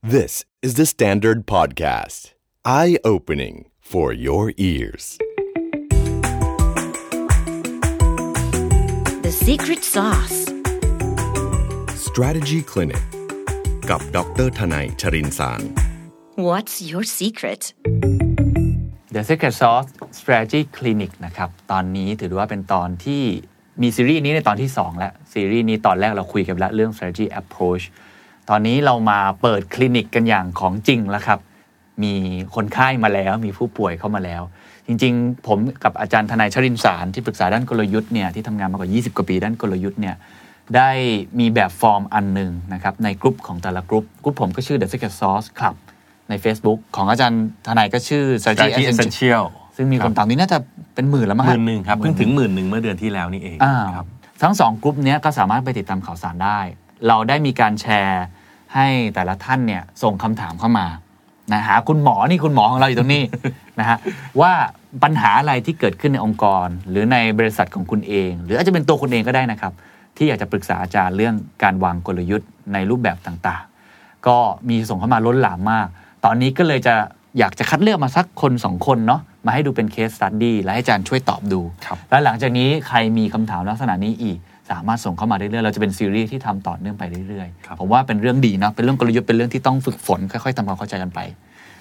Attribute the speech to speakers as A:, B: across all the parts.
A: This is the Standard Podcast. Eye opening for your ears.
B: The secret sauce.
A: Strategy Clinic กับดรทนายชรินสาร
B: What's your secret?
C: The Secret Sauce Strategy Clinic นะครับ ตอนนี้ถือว่าเป็นตอนที่มีซีรีส์นี้ในตอนที่ 2 แล้ว ซีรีส์นี้ตอนแรกเราคุยกันแล้วเรื่อง strategy approach ตอนนี้เรามาเปิดคลินิกกันอย่างของจริงแล้วครับ มีคนไข้มาแล้วมีผู้ป่วยเข้ามาแล้ว จริงๆ ผมกับอาจารย์ทนายชรินสารที่ปรึกษาด้านกลยุทธ์เนี่ยที่ทำงานมากว่า 20 กว่าปีด้านกลยุทธ์เนี่ยได้มีแบบฟอร์มอันหนึ่งนะครับในกลุ่มของแต่ละกลุ่มกลุ่มผมก็ชื่อ The Secret Sauce Club ใน Facebook ของอาจารย์ทนายก็ชื่อ
D: จากที่
C: Essential
D: Essential
C: ซึ่งมีคนตามนี้น่าจะเป็นหมื่นแล้วมั้ง
D: ห
C: ฮะ
D: มื่นหนึ่งครับ เพิ่งถึงหมื่นหนึ่งเมื่อเดือนที่แล้วนี่เอง
C: อ่า
D: ครับ
C: ทั้งสองกลุ่มเนี้ยก็สามารถไปติดตามข่าวสารได้ เราได้มีการแชร์ให้แต่ละท่านเนี่ยส่งคำถามเข้ามานะหาคุณหมอนี่คุณหมอของเราอยู่ตรงนี้ นะฮะว่าปัญหาอะไรที่เกิดขึ้นในองค์กร หรือในบริษัทของคุณเอง หรืออาจจะเป็นตัวคุณเองก็ได้นะครับ ที่อยากจะปรึกษาอาจารย์เรื่องการวางกลยุทธ์ในรูปแบบต่างๆ ก็มีส่งเข้ามาล้นหลามมาก ตอนนี้ก็เลยจะอยากจะคัดเลือกมาสักคนสองคนเนาะ มาให้ดูเป็นเคสสตัดดี้และให้อาจารย์ช่วยตอบดู
D: ครับ
C: แล้วหลังจากนี้ใครมีคำถามลักษณะนี้อีก สามารถส่งเข้ามาเรื่อยๆ เราจะเป็นซีรีส์ที่ทำต่อเนื่องไปเรื่อยๆ ผมว่าเป็นเรื่องดีเนาะ เป็นเรื่องกลยุทธ์ เป็นเรื่องที่ต้องฝึกฝนค่อยๆทำความเข้าใจกันไป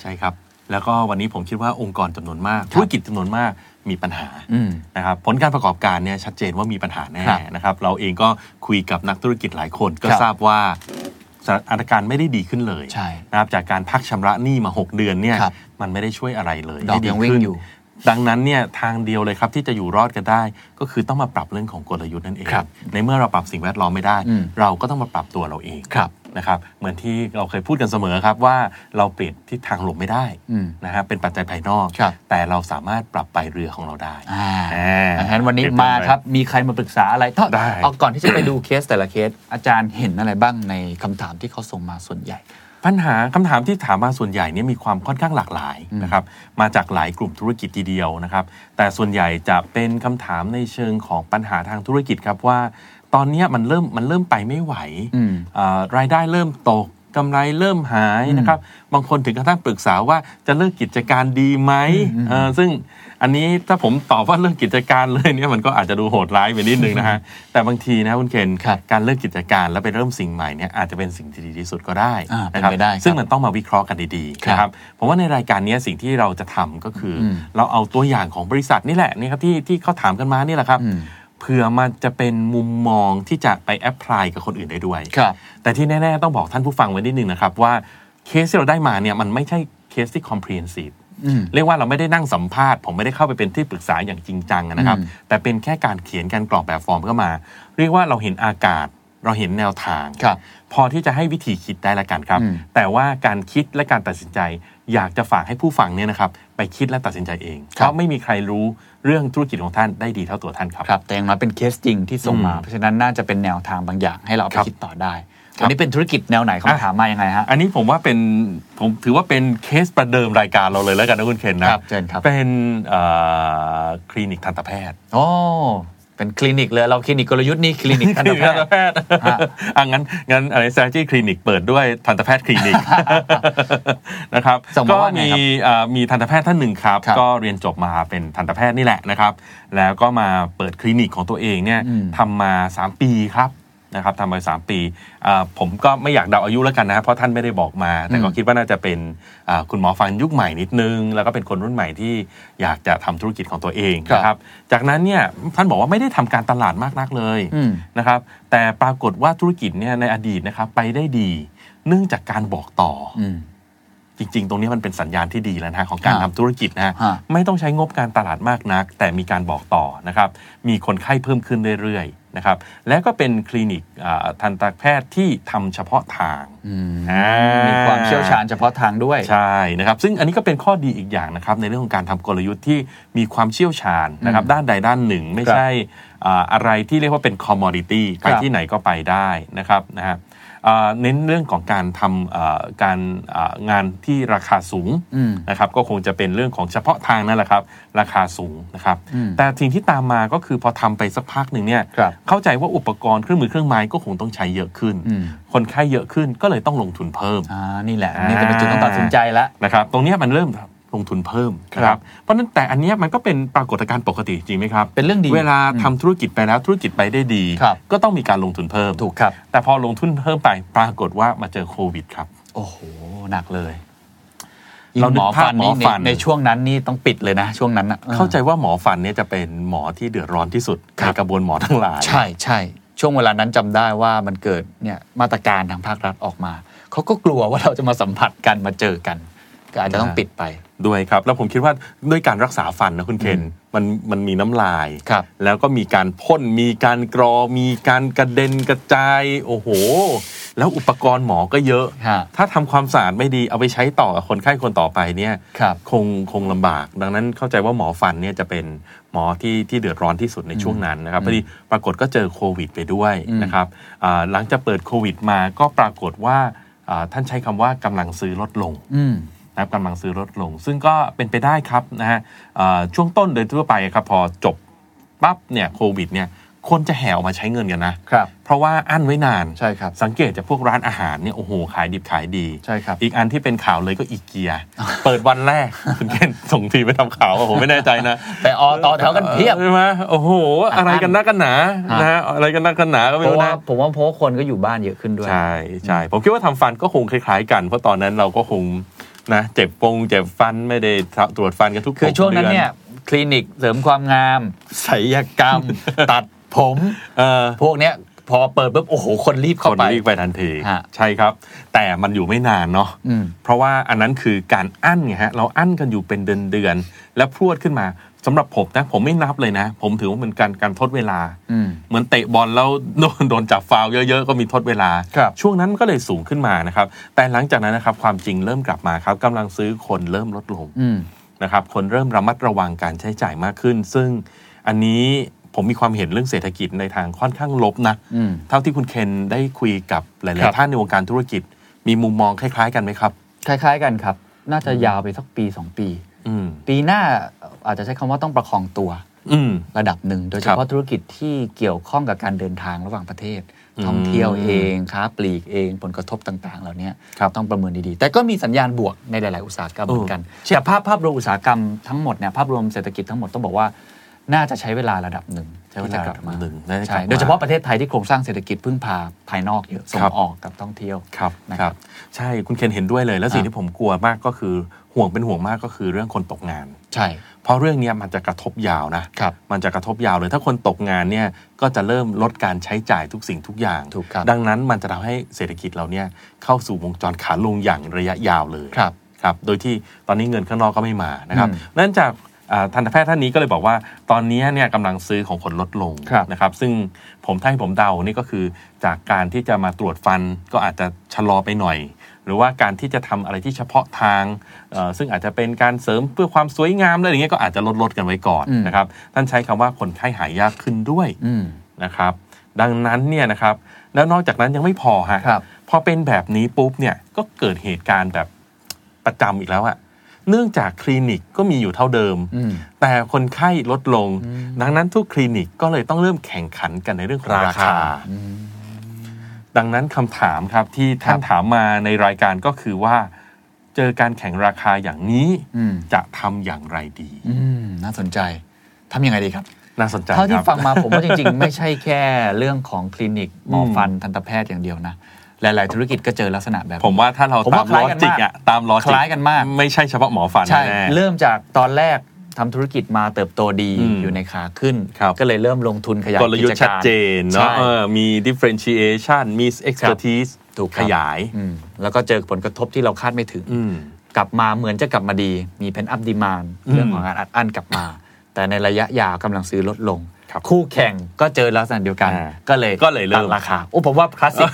D: ใช่ครับ แล้วก็วันนี้ผมคิดว่าองค์กรจำนวนมาก
C: ครับ
D: ธุรกิจจำนวนมากมีปัญหา
C: อืม
D: นะครับผลการประกอบการเนี่ยชัดเจนว่ามีปัญหาแน่
C: ครับ
D: นะครับ เราเองก็คุยกับนักธุรกิจหลายคน ก็
C: ครับ
D: ทราบว่าสถานการณ์ไม่ได้ดีขึ้นเลย
C: ใช่
D: นะครับจากการพักชำระหนี้มา 6 เดือนเนี่ย
C: ครับ
D: มันไม่ได้ช่วยอะไรเลย
C: ดอก
D: ไม่
C: ยังวิ่ง
D: ขึ้น
C: อยู่
D: ดังนั้นเนี่ยทางเดียวเลยครับที่จะอยู่รอดกันได้ ก็คือต้องมาปรับเรื่องของกลยุทธ์นั่นเอง ในเมื่อเราปรับสิ่งแวดล้อมไม่ได้ เราก็ต้องมาปรับตัวเราเอง
C: ครับ
D: นะครับเหมือนที่เราเคยพูดกันเสมอครับว่าเราเปลี่ยนทิศทางลมไม่ได้
C: อืม
D: นะฮะเป็นปัจจัยภายนอก
C: ครับ
D: แต่เราสามารถปรับไปเรือของเราได้
C: อ่า
D: แหม
C: ดังนั้นวันนี้มาครับ มีใครมาปรึกษาอะไรถ้า
D: ได้
C: เอาก่อนที่จะไปดูเคสแต่ละเคส อาจารย์เห็นอะไรบ้างในคำถามที่เขาส่งมาส่วนใหญ่
D: ปัญหาคำถามที่ถามมาส่วนใหญ่เนี่ยมีความค่อนข้างหลากหลายนะครับมาจากหลายกลุ่มธุรกิจทีเดียวนะครับ แต่ส่วนใหญ่จะเป็นคำถามในเชิงของปัญหาทางธุรกิจครับว่า ตอนเนี้ยมันเริ่มมันเริ่มไปไม่ไหว
C: อืม
D: อ่ารายได้เริ่มตกกำไรเริ่มหาย
C: อืม
D: นะครับ บางคนถึงกระทั่งปรึกษาว่าจะเลิกกิจการดีไหมเอ่อซึ่งอันนี้ถ้าผมตอบว่าเลิกกิจการเลยเนี่ยมันก็อาจจะดูโหดร้ายไปนิดนึงนะฮะแต่บางทีนะคุณเคน
C: ครับ
D: การเลิกกิจการแล้วไปเริ่มสิ่งใหม่เนี่ยอาจจะเป็นสิ่งที่ดีที่สุดก็ได้
C: อ่าเป็นะครับ ไปได้ครับ
D: ซึ่งมัน ต้องมาวิเคราะห์กันดีๆ
C: ครับ
D: นะครับผมว่าในรายการเนี้ยสิ่งที่เราจะทำก็คืออ
C: ม
D: เราเอาตัวอย่างของบริษัทนี่แหละนี่ครับที่ที่เขาถามกันมานี่แหละครับ
C: อืม
D: เผื่อมันจะเป็นมุมมองที่จะไปแอพพลายกับคนอื่นได้ด้วย
C: ครับ
D: แต่ที่แน่ ๆ ต้องบอกท่านผู้ฟังไว้นิดนึงนะครับ ว่าเคสที่เราได้มาเนี่ยมันไม่ใช่เคสที่ comprehensive
C: อืม
D: เรียกว่าเราไม่ได้นั่งสัมภาษณ์ ผมไม่ได้เข้าไปเป็นที่ปรึกษาอย่างจริงจังนะครับ
C: อืม
D: แต่เป็นแค่การเขียนการกรอกแบบฟอร์มเข้ามา เรียกว่าเราเห็นอากาศ เราเห็นแนวทาง
C: ครับ
D: พอที่จะให้วิธีคิดได้ละกันครับ
C: อืม
D: แต่ว่าการคิดและการตัดสินใจ อยากจะฝากให้ผู้ฟังเนี่ยนะครับ ไปคิดและตัดสินใจเองเพราะไม่มีใครรู้เรื่องธุรกิจของท่านได้ดีเท่าตัวท่านครับ
C: ครับแต่อย่างน้อยเป็นเคสจริงที่ส่งมา
D: อืม
C: เพราะฉะนั้นน่าจะเป็นแนวทางบางอย่างให้เราเอา
D: ครั
C: ไป
D: บ
C: คิดต่อได้
D: ครับ
C: วันนี้เป็นธุรกิจแนวไหน
D: อ่ะ
C: คำถามมายังไงฮะ
D: อันนี้ผมว่าเป็นผมถือว่าเป็นเคสประเดิมรายการเราเลยแล้วกันนะคุณเคนนะครับ
C: เชิญครับ
D: เป็นเอ่อคลินิกทันตแพทย์
C: โอ้เป็นคลินิกเลยเราคลินิกกลยุทธ์นี่คลินิกทันตแพทย์
D: ทย์อ่ะงั้นงั้นอะไรแซจี้คลินิกเปิดด้วยทันตแพทย์คลินิกนะครับ
C: ส่งมา
D: ก็
C: ว่าไง
D: มี
C: ครับ
D: เอ่อมีทันตแพทย์ท่านหนึ่งครับ
C: ครับ
D: ก็เรียนจบมาเป็นทันตแพทย์นี่แหละนะครับ แล้วก็มาเปิดคลินิกของตัวเองเนี่ย
C: อืม
D: ทำมา 3 ปีครับนะครับทำมา 3 ปีอ่าผมก็ไม่อยากเดาอายุแล้วกันนะเพราะท่านไม่ได้บอกมา แต่ก็
C: อืม
D: คิดว่าน่าจะเป็นอ่าคุณหมอฟันยุคใหม่นิดนึง แล้วก็เป็นคนรุ่นใหม่ที่อยากจะทำธุรกิจของตัวเอง
C: ครับ
D: นะครับ จากนั้นเนี่ยท่านบอกว่าไม่ได้ทำการตลาดมากนักเลย
C: อืม
D: นะครับแต่ปรากฏว่าธุรกิจเนี่ยในอดีตนะครับไปได้ดี เนื่องจากการบอกต่ออ
C: อืม
D: จริง ๆ ตรงนี้มันเป็นสัญญาณที่ดีแล้วนะฮะของการ
C: ครับ
D: ทำธุรกิจนะฮะ
C: ฮะ
D: ไม่ต้องใช้งบการตลาดมากนัก แต่มีการบอกต่อนะครับมีคนไข้เพิ่มขึ้นเรื่อยๆนะครับและก็เป็นคลินิกอ่าทันตแพทย์ที่ทำเฉพาะทาง
C: อืม
D: อ่า
C: มีความเชี่ยวชาญเฉพาะทางด้วย
D: ใช่นะครับซึ่งอันนี้ก็เป็นข้อดีอีกอย่างนะครับในเรื่องของการทำกลยุทธ์ที่มีความเชี่ยวชาญนะครับด้านใดด้านหนึ่ง ไม่ใช่อ่าอะไรที่เรียกว่าเป็นคอมมอดิตี้ไป
C: ครับ
D: ที่ไหนก็ไปได้นะครับนะฮะ เอ่อเน้นเรื่องของการทำเอ่อการเอ่องานที่ราคาสูง
C: อืม
D: นะครับก็คงจะเป็นเรื่องของเฉพาะทางนั่นแหละครับ ราคาสูงนะครับ
C: อืม
D: แต่สิ่งที่ตามมาก็คือพอทำไปสักพักหนึ่งเนี่ย
C: ครับ
D: เข้าใจว่าอุปกรณ์เครื่องมือเครื่องไม้ก็คงต้องใช้เยอะขึ้น
C: อืม
D: คนไข้เยอะขึ้นก็เลยต้องลงทุนเพิ่ม
C: อ่านี่แหละ นี่จะเป็นจุดต้องตัดสินใจละ
D: นะครับตรงเนี้ยมันเริ่มลงทุนเพิ่มนะค
C: ครั
D: รั
C: บบ
D: เพราะฉะนั้นแต่อันเนี้ยมันก็เป็นปรากฏการณ์ปกติจริงไหมครับ
C: เป็นเรื่องดี
D: เวลาทำธุรกิจไปแล้วธุรกิจไปได้ดี
C: ครับ
D: ก็ต้องมีการลงทุนเพิ่ม
C: ถูกครับ
D: แต่พอลงทุนเพิ่มไปปรากฏว่ามาเจอโควิดครับ
C: โอ้โห หนักเลย
D: เรานึ
C: หม
D: ก
C: อ
D: ภาพ
C: ฟัน
D: หมอ
C: นี่ใน
D: ฟัน
C: ในช่วงนั้นนี่ต้องปิดเลยนะ ช่วงนั้นน่ะ
D: เข้าใจว่าหมอฟันเนี่ยจะเป็นหมอที่เดือดร้อนที่สุด
C: ครับ
D: ในกระบวนหมอทั้งหลาย
C: ใช่ใช่ช่วงเวลานั้นจำได้ว่ามันเกิดเนี่ยมาตรการทางภาครัฐออกมา เขาก็กลัวว่าเราจะมาสัมผัสกันมาเจอกัน ก็อาจจะต้อง
D: อ่า
C: ปิดไป
D: ด้วยครับแล้วผมคิดว่าด้วยการรักษาฟันนะคุณเคนมันมันมีน้ำลาย
C: ครับ
D: แล้วก็มีการพ่นมีการกรอ มีการกระเด็นกระจาย โอ้โห แล้วอุปกรณ์หมอก็เยอะ
C: ฮะ
D: ถ้าทำความสะอาดไม่ดีเอาไปใช้ต่อกับคนไข้คนต่อไปเนี่ย
C: ครับ
D: คงคงลำบาก ดังนั้นเข้าใจว่าหมอฟันเนี่ยจะเป็นหมอที่ที่เดือดร้อนที่สุดในช่วงนั้นนะครับพอดีปรากฏก็เจอโควิดไปด้วยนะครับอ่าหลังจากเปิดโควิดมาก็ปรากฏว่าอ่าท่านใช้คำว่ากำลังซื้อลดลง
C: อืม
D: นะครับกำลังซื้อลดลง ซึ่งก็เป็นไปได้ครับนะฮะเอ่อช่วงต้นโดยทั่วไปครับพอจบปั๊บเนี่ยโควิดเนี่ยคนจะแห่ออกมาใช้เงินกันนะครับ เพราะว่าอั้นไว้นาน
C: ใช่ครับ
D: สังเกตจากพวกร้านอาหารเนี่ยโอ้โหขายดิบขายดี
C: ใช่ครับ
D: อีกอันที่เป็นข่าวเลยก็อีเกีย เปิดวัน แรก คุณเคนส่งทีมไปทำข่าวอะผมไม่แน่ใจนะ
C: แต่อต่อแถวกันเพียบ
D: ใช่ไหมโอ้โห อะไรกันนักกันหนา
C: ฮะ
D: นะฮะอะไรกันนักกันหนาก็ไม่
C: เพราะ
D: รู้
C: ว่า
D: นะ
C: ผมว่าเพราะว่าคนก็อยู่บ้านเยอะขึ้นด้วย
D: ใช่ใช่ผมคิดว่าทำฟันก็คงคล้ายๆกัน เพราะตอนนั้นเราก็คงนะเจ็บปงเจ็บฟันไม่ได้ตรวจฟันกันทุก
C: คือ
D: หก
C: ช่วงนั้นเนี่ย
D: ดือ
C: คลินิกเสริมความงาม ศัลยกรรม ตัดผม
D: เออ
C: พวกเนี้ยพอเปิดปุ๊บ โอ้โห คนรีบ
D: ค
C: เข้าน ไป
D: รีบไปทันที
C: ฮะ
D: ใช่ครับ แต่มันอยู่ไม่นานเนาะ
C: อืม
D: เพราะว่าอันนั้นคือการอั้นไงฮะเราอั้นกันอยู่เป็นเดือนเดือนๆแล้วพรวดขึ้นมาสำหรับผมนะผมไม่นับเลยนะ ผมถือว่าเป็นการการทดเวลา
C: อืม
D: เหมือนเตะบอลแล้ว โดนโดนจับฟาวล์เยอะ ๆ ก็มีทดเวลา
C: ครับ
D: ช่วงนั้นมันก็เลยสูงขึ้นมานะครับ แต่หลังจากนั้นนะครับความจริงเริ่มกลับมาครับกำลังซื้อคนเริ่มลดลง
C: อืม
D: นะครับคนเริ่มระมัดระวังการใช้จ่ายมากขึ้น ซึ่งอันนี้ผมมีความเห็นเรื่องเศรษฐกิจในทางค่อนข้างลบนะ
C: อืม
D: เท่าที่คุณเคนได้คุยกับหลา
C: ครั
D: ย
C: บ
D: ๆท่านในวงการธุรกิจ มีมุมมองคล้าย ๆ กันไหมครับ
C: คล้าย ๆ กันครับ น่าจะยาวไปสักปี 2 ปี
D: อืม
C: ปีหน้าอาจจะใช้คำว่าต้องประคองตัว
D: อืม
C: ระดับหนึ่ง โดยเฉพาะธุรกิจที่เกี่ยวข้องกับการเดินทางระหว่างประเทศ
D: อืม
C: ท่องเที่ยวเองค้าปลีกเองผลกระทบต่างๆ เหล่านี้
D: ครับ
C: ต้องประเมินดีๆ แต่ก็มีสัญญาณบวกในหลาย ๆ อุตสาหกรรมเหมือนกันแต่ภาพภาพรวมอุตสาหกรรมทั้งหมดเนี่ยภาพรวมเศรษฐกิจทั้งหมดต้องบอกว่า น่าจะใช้เวลาระดับหนึ่ง
D: ใช้เว
C: ที่
D: ลา
C: จะกลับมา
D: ระดับหนึ่งน่าจะกลับ
C: ใช่
D: มา
C: โดยเฉพาะประเทศไทยที่โครงสร้างเศรษฐกิจพึ่งพาภายนอกเยอะส่งออกกับท่องเที่ยว
D: ครับ
C: นะค
D: ค
C: รั
D: รั
C: บบ
D: ใช่คุณเคนเห็นด้วยเลย แล้วสิ่ง
C: อ่ะ
D: ที่ผมกลัวมากก็คือห่วงเป็นห่วงมากก็คือเรื่องคนตกงาน
C: ใช่
D: เพราะเรื่องเนี้ยมันจะกระทบยาวนะ
C: ครับ
D: มันจะกระทบยาวเลย ถ้าคนตกงานเนี่ยก็จะเริ่มลดการใช้จ่ายทุกสิ่งทุกอย่าง
C: ถูกครับ
D: ดังนั้นมันจะทำให้เศรษฐกิจเราเนี่ยเข้าสู่วงจรขาลงอย่างระยะยาวเลย
C: ครับ
D: ครับ โดยที่ตอนนี้เงินข้างนอกก็ไม่มานะครับ
C: อืม
D: นั่นจากอ่าทันตแพทย์ท่านนี้ก็เลยบอกว่า ตอนนี้เนี่ยกำลังซื้อของคนลดลง
C: ครับ
D: นะครับ ซึ่งผมถ้าให้ผมเดานี่ก็คือจากการที่จะมาตรวจฟันก็อาจจะชะลอไปหน่อย หรือว่าการที่จะทำอะไรที่เฉพาะทางเอ่อซึ่งอาจจะเป็นการเสริมเพื่อความสวยงามอะไรอย่างเงี้ยก็อาจจะลดลดๆกันไว้ก่อน
C: อืม
D: นะครับท่านใช้คำว่าคนไข้หายยากขึ้นด้วย
C: อืม
D: นะครับดังนั้นเนี่ยนะครับแล้วนอกจากนั้นยังไม่พอฮะ
C: ครับ
D: พอเป็นแบบนี้ปุ๊บเนี่ยก็เกิดเหตุการณ์แบบประจำอีกแล้วอะเนื่องจากคลินิกก็มีอยู่เท่าเดิม
C: อืม
D: แต่คนไข้ลดลง ดังนั้นทุกคลินิกก็เลยต้องเริ่มแข่งขันกันในเรื่องของรา
C: ราคา
D: คา ดังนั้นคำถามครับที่ท่าน
C: ครับ
D: ถามมาในรายการก็คือว่า เจอการแข่งราคาอย่างนี้
C: อืม
D: จะทำอย่างไรดี
C: อืมน่าสนใจ ทำยังไงดีครับ
D: น่าสนใจ
C: เท่าที่
D: ครับ
C: ฟังมาผมว่าจริง ๆ ไม่ใช่แค่เรื่องของคลินิกหมอฟันทันตแพทย์อย่างเดียวนะ หลาย ๆ ธุรกิจก็เจอลักษณะแบบนี้
D: ผมว่าถ้าเรา
C: ผม
D: ตา
C: ว่าม ค
D: ล
C: ล้า
D: อย
C: กันมาก
D: จิกอะตามลอจิก
C: คล้ายกันมาก
D: ไม่ใช่เฉพาะหมอฟัน
C: ใช่
D: แน่
C: เริ่มจากตอนแรกทำธุรกิจมาเติบโตดี
D: อืม
C: อยู่ในขาขึ้น
D: ครับ
C: ก็เลยเริ่มลงทุนขยาย
D: กลยุท
C: กิจการ
D: ธ์ชัดเจนเนาะ
C: ใช่
D: เออมี differentiation มี expertise
C: ถูกค
D: ข
C: รับ
D: ยาย
C: อืมแล้วก็เจอผลกระทบที่เราคาดไม่ถึง
D: อื ม
C: กลับมาเหมือนจะกลับมาดี มีเพนอัพดีมาน
D: อืม
C: เรื่องของการอัดอั้นกลับมา แต่ในระยะยาวกำลังซื้อลดลง
D: ครับ
C: คู่แข่งก็เจอลักษณะเดียวกัน
D: อ่า
C: ก็เลย
D: ก็เลยเริ่ม
C: ตัดราคาโอ้ผมว่าคลาสสิก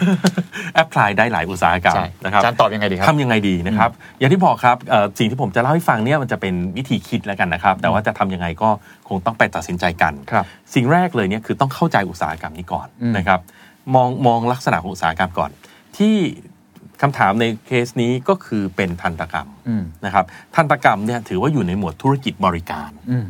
D: แอพพลายได้หลายอุตสาหกรรม
C: ใช่
D: นะครับ
C: อาจารย์ตอบยังไงดีครับ
D: ทำยังไงดีนะครับ อย่างที่บอกครับเอ่อสิ่งที่ผมจะเล่าให้ฟังเนี่ยมันจะเป็นวิธีคิดแล้วกันนะครับ แต่ว่าจะทำยังไงก็คงต้องไปตัดสินใจกัน
C: ครับ
D: สิ่งแรกเลยเนี่ยคือต้องเข้าใจอุตสาหกรรมนี้ก่อน
C: อืม
D: นะครับ มองมองลักษณะของอุตสาหกรรมก่อน จ ที่คำถามในเคสนี้ก็คือเป็นทันตกรรม
C: อืม
D: นะครับทันตกรรมเนี่ยถือว่าอยู่ในหมวดธุรกิจบริการ
C: อืม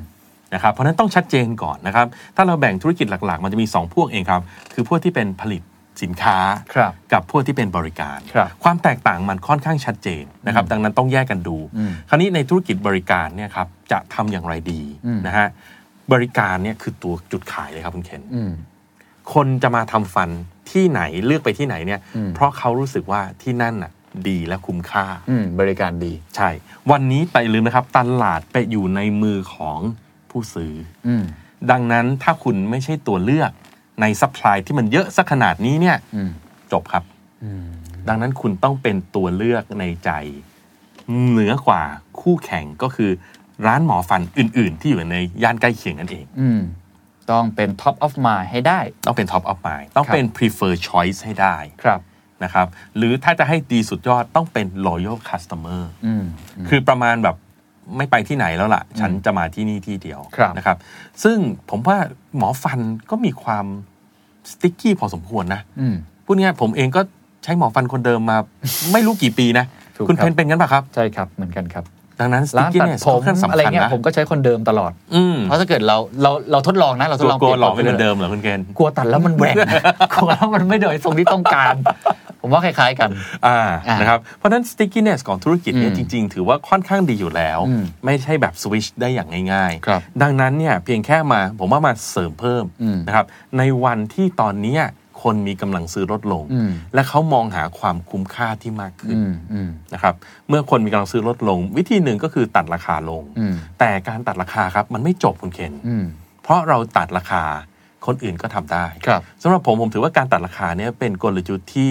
D: นะครับเพราะฉะนั้นต้องชัดเจนก่อนนะครับ ถ้าเราแบ่งธุรกิจหลักๆ มันจะมี 2 พวกเองครับ คือพวกที่เป็นผลิตสินค้า
C: ครับ
D: กับพวกที่เป็นบริการ
C: ครับ
D: ความแตกต่างมันค่อนข้างชัดเจนนะครับ ดังนั้นต้องแยกกันดู
C: อืม
D: คราวนี้ในธุรกิจบริการเนี่ยครับจะทำอย่างไรดี
C: อืม
D: นะฮะบริการเนี่ยคือตัวจุดขายเลยครับคุณเคน
C: อืม
D: คนจะมาทำฟันที่ไหนเลือกไปที่ไหนเนี่ย
C: อืม
D: เพราะเขารู้สึกว่าที่นั่นน่ะดีและคุ้มค่า
C: อืมบริการดี
D: ใช่ วันนี้ไปลืมนะครับตลาดไปอยู่ในมือของผู้ซื้อ
C: อืม
D: ดังนั้นถ้าคุณไม่ใช่ตัวเลือกในซัพพลายที่มันเยอะสักขนาดนี้เนี่ย
C: อืม
D: จบครับ ดังนั้นคุณต้องเป็นตัวเลือกในใจ เหนือกว่าคู่แข่งก็คือร้านหมอฟันอื่น ๆ ที่อยู่ในย่านใกล้เคียงนั่นเอง
C: อืม ต้องเป็น top of mind ให้ได้
D: ต้องเป็น top of mind ต้องเป็น prefer choice ให้ได้
C: ครับ
D: นะครับ หรือถ้าจะให้ดีสุดยอดต้องเป็น loyal customer
C: อืม
D: คือประมาณแบบไม่ไปที่ไหนแล้วล่ะ ฉันจะมาที่นี่ที่เดียว
C: ครับ
D: นะครับ ซึ่งผมว่าหมอฟันก็มีความสติ๊กกี้พอสมควรนะ
C: อืม
D: พูดง่ายๆผมเองก็ใช้หมอฟันคนเดิมมา ไม่รู้กี่ปีนะ
C: ถูก
D: คุณเพ
C: ครั
D: น
C: บ
D: เป็นงั้นป่ะครับ
C: ใช่ครับเหมือนกันครับ
D: ดังนั้นส
C: ร้า
D: ติ๊ก
C: น
D: เกอ
C: ตั
D: ร์
C: ด
D: เนี่ย
C: ผม
D: ค่อนข้าง
C: อะไร
D: สำคัญ
C: เงี้ย
D: นะ
C: ผมก็ใช้คนเดิมตลอด
D: อืม
C: เพราะถ้าเกิดเราเราเราทดลองนะเราท
D: ก
C: ด
D: ลัว
C: ลอง
D: กลัว
C: ปย
D: หลอก
C: ค
D: เป็นเหมือนเดิมเหรอคุณเกณฑ์
C: กลัวตัดแล้วมันแหว่ง กลัวแล้วมันไม่โดยทรงที่ต้องการ ผมว่าคล้ายๆกัน
D: อ่า
C: อ่าน
D: นะครับเพราะฉะนั้น stickiness ของธุรกิจเนี่ย
C: อืม
D: จริง ๆ ถือว่าค่อนข้างดีอยู่แล้ว
C: อืม
D: ไม่ใช่แบบ switch ได้อย่างง่าย
C: ครับ
D: ดังนั้นเนี่ยเพียงแค่มาผมว่ามาเสริมเพิ่ม
C: อืม
D: นะครับในวันที่ตอนเนี้ยคนมีกำลังซื้อลดลง
C: อืม
D: และเขามองหาความคุ้มค่าที่มากขึ้น
C: อืมอืม
D: นะครับเมื่อคนมีกำลังซื้อลดลง วิธีหนึ่งก็คือตัดราคาลง
C: อืม
D: แต่การตัดราคาครับมันไม่จบคุณเคน
C: อืม
D: เพราะเราตัดราคาคนอื่นก็ทำได้
C: ครับ
D: สำหรับผมผมถือว่าการตัดราคาเนี่ยเป็นกลยุทธ์ที่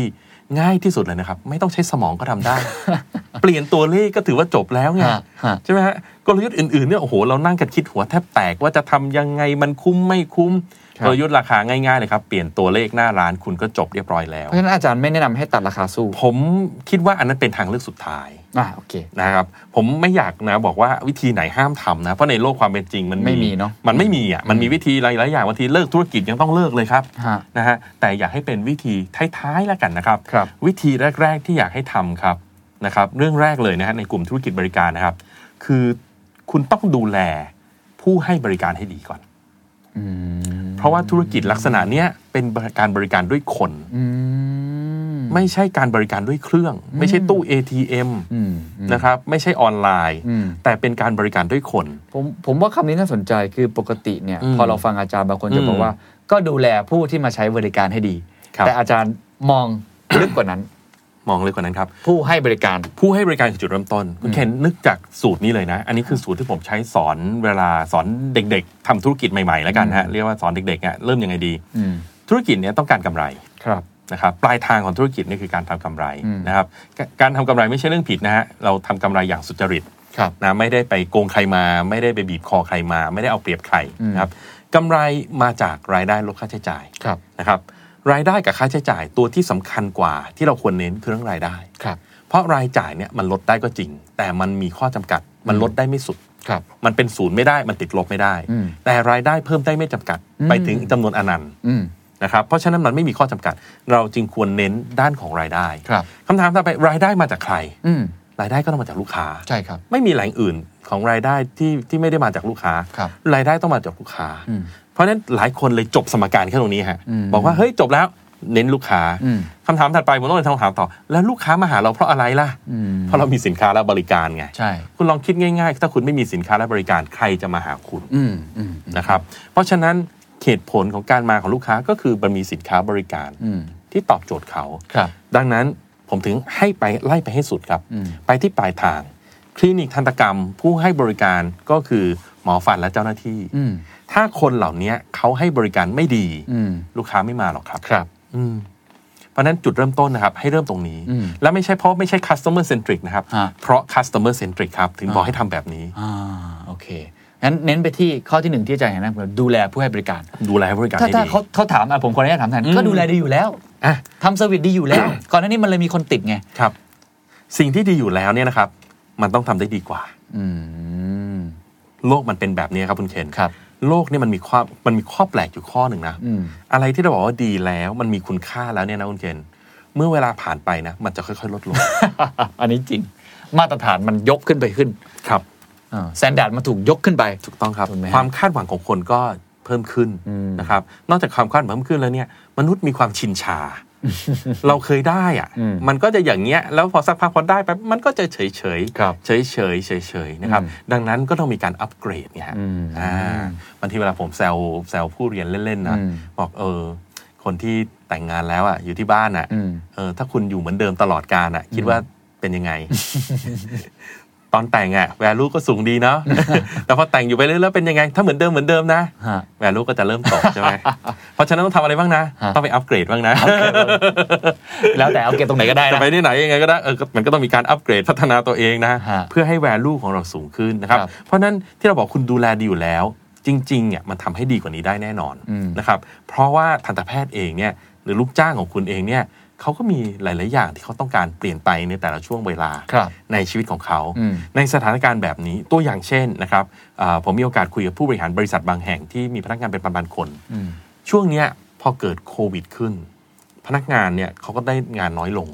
D: ง่ายที่สุดเลยนะครับ ไม่ต้องใช้สมองก็ทำได้ เปลี่ยนตัวเลขก็ถือว่าจบแล้วไง
C: ฮะฮะ
D: ใช่ไหมฮะกลยุทธ์อื่นๆเนี่ยโอ้โหเรานั่งกันคิดหัวแทบแตกว่าจะทำยังไงมันคุ้มไม่คุ้ม
C: ครับ
D: กลยุทธ์ราคาง่ายๆเลยครับเปลี่ยนตัวเลขหน้าร้านคุณก็จบเรียบร้อยแล้
C: เพ
D: ว
C: ราะฉะนั้นอาจารย์ไม่แนะนำให้ตัดราคาสู้
D: ผมคิดว่าอันนั้นเป็นทางเลือกสุดท้าย
C: อ่ะโอเค
D: นะครับผมไม่อยากนะบอกว่าวิธีไหนห้ามทำนะ เพราะในโลกความเป็นจริงมัน
C: ไม่มีเนอะ
D: มันไม่มีอ่ะมันมีวิธีหลายๆอย่างบางทีเลิกธุรกิจยังต้องเลิกเลยครับ
C: ฮะ
D: นะฮะแต่อยากให้เป็นวิธีท้ายๆแล้วกันนะครับ
C: ครับ
D: วิธีแรก ๆ ที่อยากให้ทำครับนะครับเรื่องแรกเลยนะฮะในกลุ่มธุรกิจบริการนะครับ คือคุณต้องดูแลผู้ให้บริการให้ดีก่อน
C: อืม
D: เพราะว่าธุรกิจลักษณะเนี้ยเป็นการบริการด้วยคน
C: อืม
D: ไม่ใช่การบริการด้วยเครื่อง ไม่ใช่ตู้ ATM
C: อืมอืม
D: นะครับไม่ใช่ออนไลน์
C: อืม
D: แต่เป็นการบริการด้วยคน
C: ผมผมว่าคำนี้น่าสนใจคือปกติเนี่ย
D: อืม
C: พอเราฟังอาจารย์บางคนจะ
D: อืม
C: บอกว่า ก็ดูแลผู้ที่มาใช้บริการให้ดี
D: ครับ
C: แต่อาจารย์มอง ลึกกว่านั้น
D: มองเลยกว่านั้นครับ
C: ผู้ให้บริการ
D: ผู้ให้บริการคือจุดเริ่มต้น คุณเคนนึกจากสูตรนี้เลยนะ อันนี้คือสูตรที่ผมใช้สอนเวลาสอนเด็กๆทำธุรกิจใหม่ๆ แล้วกันฮะ เรียกว่าสอนเด็กๆอ่ะเริ่มยังไงดี
C: อืม
D: ธุรกิจเนี้ยต้องการกำไร
C: ครับ
D: นะครับปลายทางของธุรกิจนี่คือการทำกำไร
C: อืม
D: นะครับกการทำกำไรไม่ใช่เรื่องผิดนะฮะเราทำกำไรอย่างสุจริต
C: ครับ
D: นะไม่ได้ไปโกงใครมา ไม่ได้ไปบีบคอใครมา ไม่ได้เอาเปรียบใคร
C: อืม
D: นะครับกำไรมาจากรายได้ลบค่าใช้จ่าย
C: ครับ
D: นะครับรายได้กับค่าใช้จ่ายตัวที่สำคัญกว่าที่เราควรเน้นคือเรื่องรายได้
C: ครับ
D: เพราะรายจ่ายเนี่ยมันลดได้ก็จริง แต่มันมีข้อจำกัด มันลดได้ไม่สุด
C: ครับ
D: มันเป็นศูนย์ไม่ได้มันติดลบไม่ได้
C: อืม
D: แต่รายได้เพิ่มได้ไม่จำกัด
C: อืม
D: ไปถึงจำนวนอนันต์
C: อืม
D: นะครับเพราะฉะนั้นมันไม่มีข้อจำกัด เราจึงควรเน้นด้านของรายได้
C: ครับ
D: คำถามต่อไปรายได้มาจากใคร
C: อืม
D: รายได้ก็ต้องมาจากลูกค้า
C: ใช่ครับ
D: ไม่มีแหล่งอื่นของรายได้ที่ที่ไม่ได้มาจากลูกค้า
C: ครับ
D: รายได้ต้องมาจากลูกค้า
C: อืม
D: เพราะฉะนั้นหลายคนเลยจบสมการแค่ตรงนี้ฮะ
C: อืม
D: บอกว่าเฮ้ยจบแล้วเน้นลูกค้า
C: อืม
D: คำถามถัดไปผมต้องเป็นคำถามต่อ แล้วลูกค้ามาหาเราเพราะอะไรล่ะ
C: อืม
D: เพราะเรามีสินค้าและบริการไง
C: ใช่
D: คุณลองคิดง่ายๆ ถ้าคุณไม่มีสินค้าและบริการใครจะมาหาคุณ
C: อืมอืม
D: นะครับ เพราะฉะนั้นเหตุผลของการมาของลูกค้าก็คือมันมีสินค้าบริการ
C: อืม
D: ที่ตอบโจทย์เขา
C: ครับ
D: ดังนั้นผมถึงให้ไปไล่ไปให้สุดครับ
C: อืม
D: ไปที่ปลายทาง คลินิกทันตกรรม ผู้ให้บริการก็คือหมอฟันและเจ้าหน้าที่
C: อืม
D: ถ้าคนเหล่านี้เขาให้บริการไม่ดี
C: อืม
D: ลูกค้าไม่มาหรอกครับ
C: ครับ
D: อืมเพราะฉะนั้นจุดเริ่มต้นนะครับ ให้เริ่มตรงนี้
C: อืม
D: และไม่ใช่เพราะไม่ใช่ customer centric นะครับ
C: ฮะ
D: เพราะ customer centric ครับ ถึงบอก
C: อ่า
D: ให้ทำแบบนี้
C: อ่าโอเคงั้นเน้นไปที่ข้อที่หนึ่งที่อาจารย์เห็นนะดูแลผู้ให้บริการ
D: ดูแลให้บริการ
C: ถ้า
D: ให้
C: ถ้า
D: ดี
C: เขาเขาถามอ่ะผมคนนี้ถามแทน
D: อืม
C: ก็ดูแลดีอยู่แล้ว
D: อ่ะ
C: ทำเซอร์วิสดีอยู่แล้ว ก่อนหน้านี้มันเลยมีคนติดไง
D: ครับ สิ่งที่ดีอยู่แล้วเนี่ยนะครับ มันต้องทำได้ดีกว่า
C: อืม
D: โลกมันเป็นแบบนี้ครับคุณเคน
C: ครับ
D: โลกเนี่ยมันมีข้อมันมีข้อแปลกอยู่ข้อหนึ่งนะ
C: อืม
D: อะไรที่เราบอกว่าดีแล้วมันมีคุณค่าแล้วเนี่ยนะคุณเคน เมื่อเวลาผ่านไปนะ มันจะค่อยๆ ลดลง
C: อันนี้จริง มาตรฐานมันยกขึ้นไปขึ้น
D: ครับ
C: แซนดาร์ดมันถูกยกขึ้นไป
D: ถูกต้องครับ
C: ถูกไหมฮะ
D: ความคาดหวังของคนก็เพิ่มขึ้น
C: อืม
D: นะครับ นอกจากความคาดหวังเพิ่มขึ้นแล้วเนี่ย มนุษย์มีความชินชา เราเคยได้อะ
C: อืม
D: มันก็จะอย่างเงี้ย แล้วพอสักพักพอได้ไปบมันก็จะเฉยเฉย
C: ครับ
D: เฉยเฉยเฉยเฉยๆนะครับ
C: อืม
D: ดังนั้นก็ต้องมีการอัปเกรดเนี่ยฮะ
C: อืม
D: อ่าบางทีเวลาผมแซวแซวผู้เรียนเล่นๆนะ
C: อืม
D: บอกเออ คนที่แต่งงานแล้วอ่ะอยู่ที่บ้านอ่ะ
C: อืม
D: เออถ้าคุณอยู่เหมือนเดิมตลอดการอ่ะ คิดว่าเป็นยังไง ตอนแต่งอ่ะ แวลูก็สูงดีเนาะ แต่พอแต่งอยู่ไปเรื่อยๆแล้วเป็นยังไง ถ้าเหมือนเดิมเหมือนเดิมนะ
C: ฮะ
D: แวลูก็จะเริ่มตกใช่ไหม เพราะฉะนั้นต้องทำอะไรบ้างนะ
C: ฮะ
D: ต้องไปอัปเกรดบ้างนะ
C: แล้วแต่เอาเก็บตรงไหนก็ได้
D: จะ
C: นะ
D: ไปที่ไหนยังไงก็ได้เออก็มันก็ต้องมีการอัปเกรดพัฒนาตัวเองนะ
C: ฮะ
D: เพื่อให้ value ของเราสูงขึ้นนะครับ
C: ครับ
D: เพราะฉะนั้นที่เราบอกคุณดูแลดีอยู่แล้ว จริงๆเนี่ยมันทำให้ดีกว่านี้ได้แน่นอน
C: อืม
D: นะครับ เพราะว่าทันตแพทย์เองเนี่ยหรือลูกจ้างของคุณเองเนี่ยเขาก็มีหลาย ๆ อย่างที่เขาต้องการเปลี่ยนไปในแต่ละช่วงเวลา
C: ครับ
D: ในชีวิตของเขา
C: อืม
D: ในสถานการณ์แบบนี้ตัวอย่างเช่นนะครับอ่าผมมีโอกาสคุยกับผู้บริหารบริษัทบางแห่งที่มีพนักงานเป็นพันๆคน
C: อืม
D: ช่วงเนี้ยพอเกิดโควิดขึ้น พนักงานเนี่ยเขาก็ได้งานน้อยลง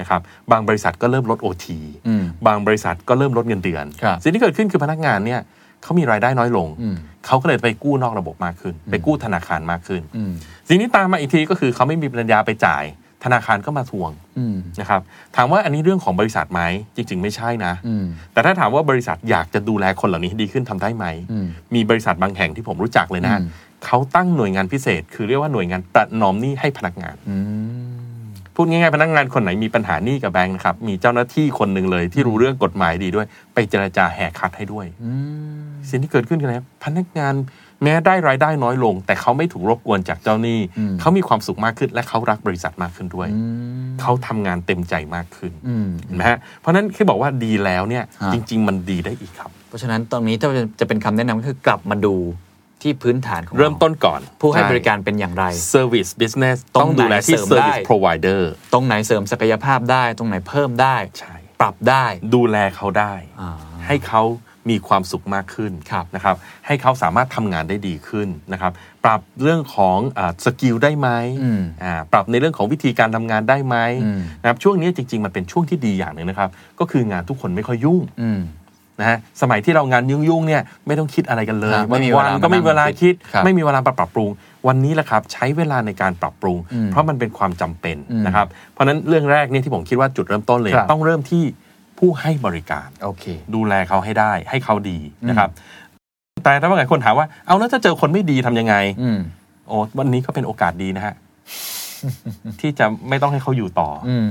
D: นะครับบางบริษัทก็เริ่มลด OT
C: อืม
D: บางบริษัทก็เริ่มลดเงินเดือน
C: ครับ
D: สิ่งที่เกิดขึ้นคือพนักงานเนี่ยเขามีรายได้น้อยลง
C: อืม
D: เขาก็เลยไปกู้นอกระบบมากขึ้น ไปกู้ธนาคารมากขึ้น
C: อืม
D: สิ่งที่ตามมาอีกทีก็คือเขาไม่มีปัญญาไปจ่าย ธนาคารก็มาทวง
C: อืม
D: นะครับถามว่าอันนี้เรื่องของบริษัทไหมจริง ๆ ไม่ใช่นะ
C: อืม
D: แต่ถ้าถามว่าบริษัทอยากจะดูแลคนเหล่านี้ให้ดีขึ้นทำได้ไหม
C: อืม
D: มีบริษัทบางแห่งที่ผมรู้จักเลยนะ
C: อืม
D: เขาตั้งหน่วยงานพิเศษ คือเรียกว่าหน่วยงานประนอมหนี้ให้พนักงาน
C: อืม
D: พูดง่ายๆพนักงานคนไหนมีปัญหาหนี้กับแบงค์นะครับ มีเจ้าหน้าที่คนหนึ่งเลยที่รู้เรื่องกฎหมายดีด้วย ไปเจรจาแหกคัดให้ด้วย
C: อืม
D: สิ่งที่เกิดขึ้นคืออะไรครับพนักงานแม้ได้รายได้น้อยลง แต่เขาไม่ถูกรบกวนจากเจ้าหนี้
C: อืม
D: เขามีความสุขมากขึ้น และเขารักบริษัทมากขึ้นด้วย
C: อืม
D: เขาทำงานเต็มใจมากขึ้น
C: อืม
D: เห็นไหมฮะเพราะฉะนั้นคือบอกว่าดีแล้วเนี่ย
C: ฮะ
D: จริง ๆ มันดีได้อีกครับ
C: เพราะฉะนั้นตรงนี้ถ้าจะเป็นคำแนะนำก็คือกลับมาดูที่พื้นฐานของา
D: เริ่มต้นก่อน
C: ผู้ให้บริการ
D: ช่
C: เป็นอย่างไร
D: Service Business
C: ตรง
D: ต้องดูแลที่
C: ไหนเสริมได้
D: Service Provider
C: ตรงไหนเสริมศักยภาพได้ตรงไหนเพิ่มได้
D: ใช่
C: ปรับได้
D: ดูแลเขาได้
C: อ่า
D: ให้เขามีความสุขมากขึ้น
C: ครับ
D: นะครับ ให้เขาสามารถทำงานได้ดีขึ้นนะครับ ปรับเรื่องของสกิลได้ไหม
C: อืม
D: อ่าปรับในเรื่องของวิธีการทำงานได้ไหม
C: อืม
D: นะครับช่วงนี้จริง ๆ มันเป็นช่วงที่ดีอย่างหนึ่งนะครับ ก็คืองานทุกคนไม่ค่อยยุ่ง
C: อืม
D: นะฮะสมัยที่เรางานยุ่งๆเนี่ยไม่ต้องคิดอะไรกันเลย
C: ครับไม่มีเวลา
D: วันๆก็ไม่มีเวลา
C: มานั่งคิ
D: คิด
C: ดครับ
D: ไม่มีเวลามาปรับปรุง วันนี้แหละครับใช้เวลาในการปรับปรุง
C: อืม
D: เพราะมันเป็นความจำเป็น
C: อืม
D: นะครับเพราะฉะนั้นเรื่องแรกเนี่ยที่ผมคิดว่าจุดเริ่มต้นเลย
C: ครับ
D: ต้องเริ่มที่ผู้ให้บริการ
C: โอเค
D: ดูแลเขาให้ได้ให้เขาดี
C: อืม
D: นะครับ แต่ถ้าว่าไงคนถามว่าเอาแล้วถ้าเจอคนไม่ดีทำยังไง
C: อืม
D: โอ้วันนี้ก็เป็นโอกาสดีนะ ฮะ ที่จะไม่ต้องให้เขาอยู่ต่ออ
C: อืม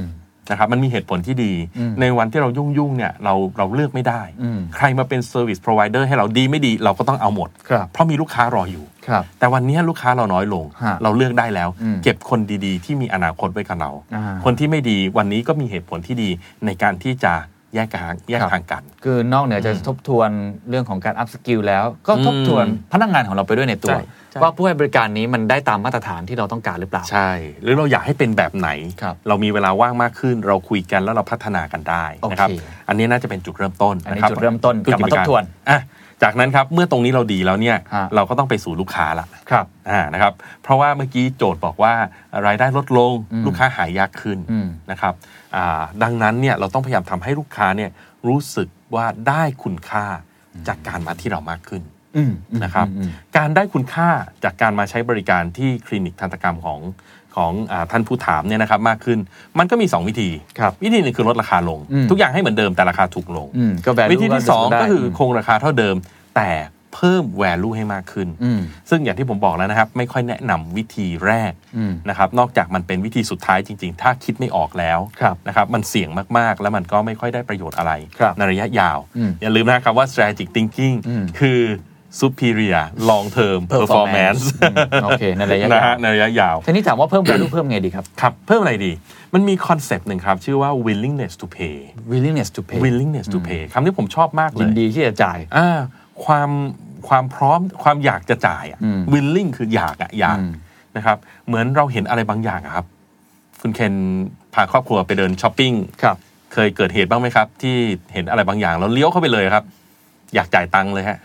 D: นะครับ มันมีเหตุผลที่ดี
C: อืม
D: ในวันที่เรายุ่งยุ่งๆเนี่ยเราเราเลือกไม่ได้
C: อืม
D: ใครมาเป็น Service Provider ให้เราดีไม่ดีเราก็ต้องเอาหมด
C: ครับ
D: เพราะมีลูกค้ารออยู่
C: ครับ
D: แต่วันนี้ลูกค้าเราน้อยลง
C: ฮะ
D: เราเลือกได้แล้ว
C: อืม
D: เก็บคนดีๆ ที่มีอนาคตไว้กับเรา
C: อ่า
D: คนที่ไม่ดีวันนี้ก็มีเหตุผลที่ดีในการที่จะแยกทางแยกทางกัน
C: คือนอกเหนือจะทบทวนเรื่องของการอัพสกิลแล้ว ก็ทบทวน
D: อืม
C: พนักงานของเราไปด้วยในตัว
D: ใช่ใช่
C: ว่าผู้ให้บริการนี้มันได้ตามมาตรฐานที่เราต้องการหรือเปล่า
D: ใช่ หรือเราอยากให้เป็นแบบไหน
C: ครับ
D: เรามีเวลาว่างมากขึ้น เราคุยกันแล้วเราพัฒนากันได้นะครับ
C: โอเค
D: อันนี้น่าจะเป็นจุดเริ่มต้น
C: อันนี้
D: ะคบ
C: จุดเริ่มต้น
D: จุด
C: กลับมา
D: จุด
C: ทบทวน
D: อ่ะจากนั้นครับเมื่อตรงนี้เราดีแล้วเนี่ย
C: ฮะ
D: เราก็ต้องไปสู่ลูกค้าละ
C: ครับ
D: อ่านะครับเพราะว่าเมื่อกี้โจทย์บอกว่ารายได้ลดลง
C: อืม
D: ลูกค้าหายากขึ้น
C: อืม
D: นะครับอ่าดังนั้นเนี่ยเราต้องพยายามทำให้ลูกค้าเนี่ยรู้สึกว่าได้คุณค่าจากการมาที่เรามากขึ้น
C: อืม
D: นะครับการได้คุณค่าจากการมาใช้บริการที่คลินิกทันตกรรมของของอาท่านผู้ถามเนี่ยนะครับมากขึ้น มันก็มี 2 วิธี
C: ครับ
D: วิธีหนึ่งคือลดราคาลง
C: อืม
D: ทุกอย่างให้เหมือนเดิมแต่ราคาถูกลง
C: อืมก็ value
D: วิธีที่
C: ก็
D: 2
C: ได้
D: ก็คือคงราคาเท่าเดิม แต่เพิ่ม value ให้มากขึ้น
C: อืม
D: ซึ่งอย่างที่ผมบอกแล้วนะครับ ไม่ค่อยแนะนำวิธีแรก
C: อืม
D: นะครับนอกจากมันเป็นวิธีสุดท้ายจริง ๆ ถ้าคิดไม่ออกแล้ว
C: ครับ
D: นะครับมันเสี่ยงมาก ๆ แล้วมันก็ไม่ค่อยได้ประโยชน์อะไร
C: ครับ
D: ในระยะยาว
C: อืม
D: อย่าลืมนะครับว่า strategic thinking
C: อืม
D: คือ superior long term performance
C: performance อืมโอเค ในระยะยาว
D: ฮในระยะยาว
C: ทีนี้ถามว่าเพิ่ม value เพิ่มไงดีครับ
D: ครับ เพิ่มอะไรดี มันมีคอนเซปต์หนึ่งครับ ชื่อว่า willingness to pay
C: willingness to pay
D: willingness to pay คำที่ผมชอบมากเล
C: ยิ
D: ย
C: นดีที่จะจ่าย
D: อ่าความความพร้อมความอยากจะจ่ายอะ
C: อืม
D: willing คืออยากอะอยาก
C: อืม
D: นะครับ เหมือนเราเห็นอะไรบางอย่างอะครับ คุณเคนพาครอบครัวไปเดินช้อปปิ้ง
C: ครับ
D: เคยเกิดเหตุบ้างไหมครับ ที่เห็นอะไรบางอย่างแล้วเลี้ยวเข้าไปเลยครับ อยากจ่ายตังค์เลยฮะ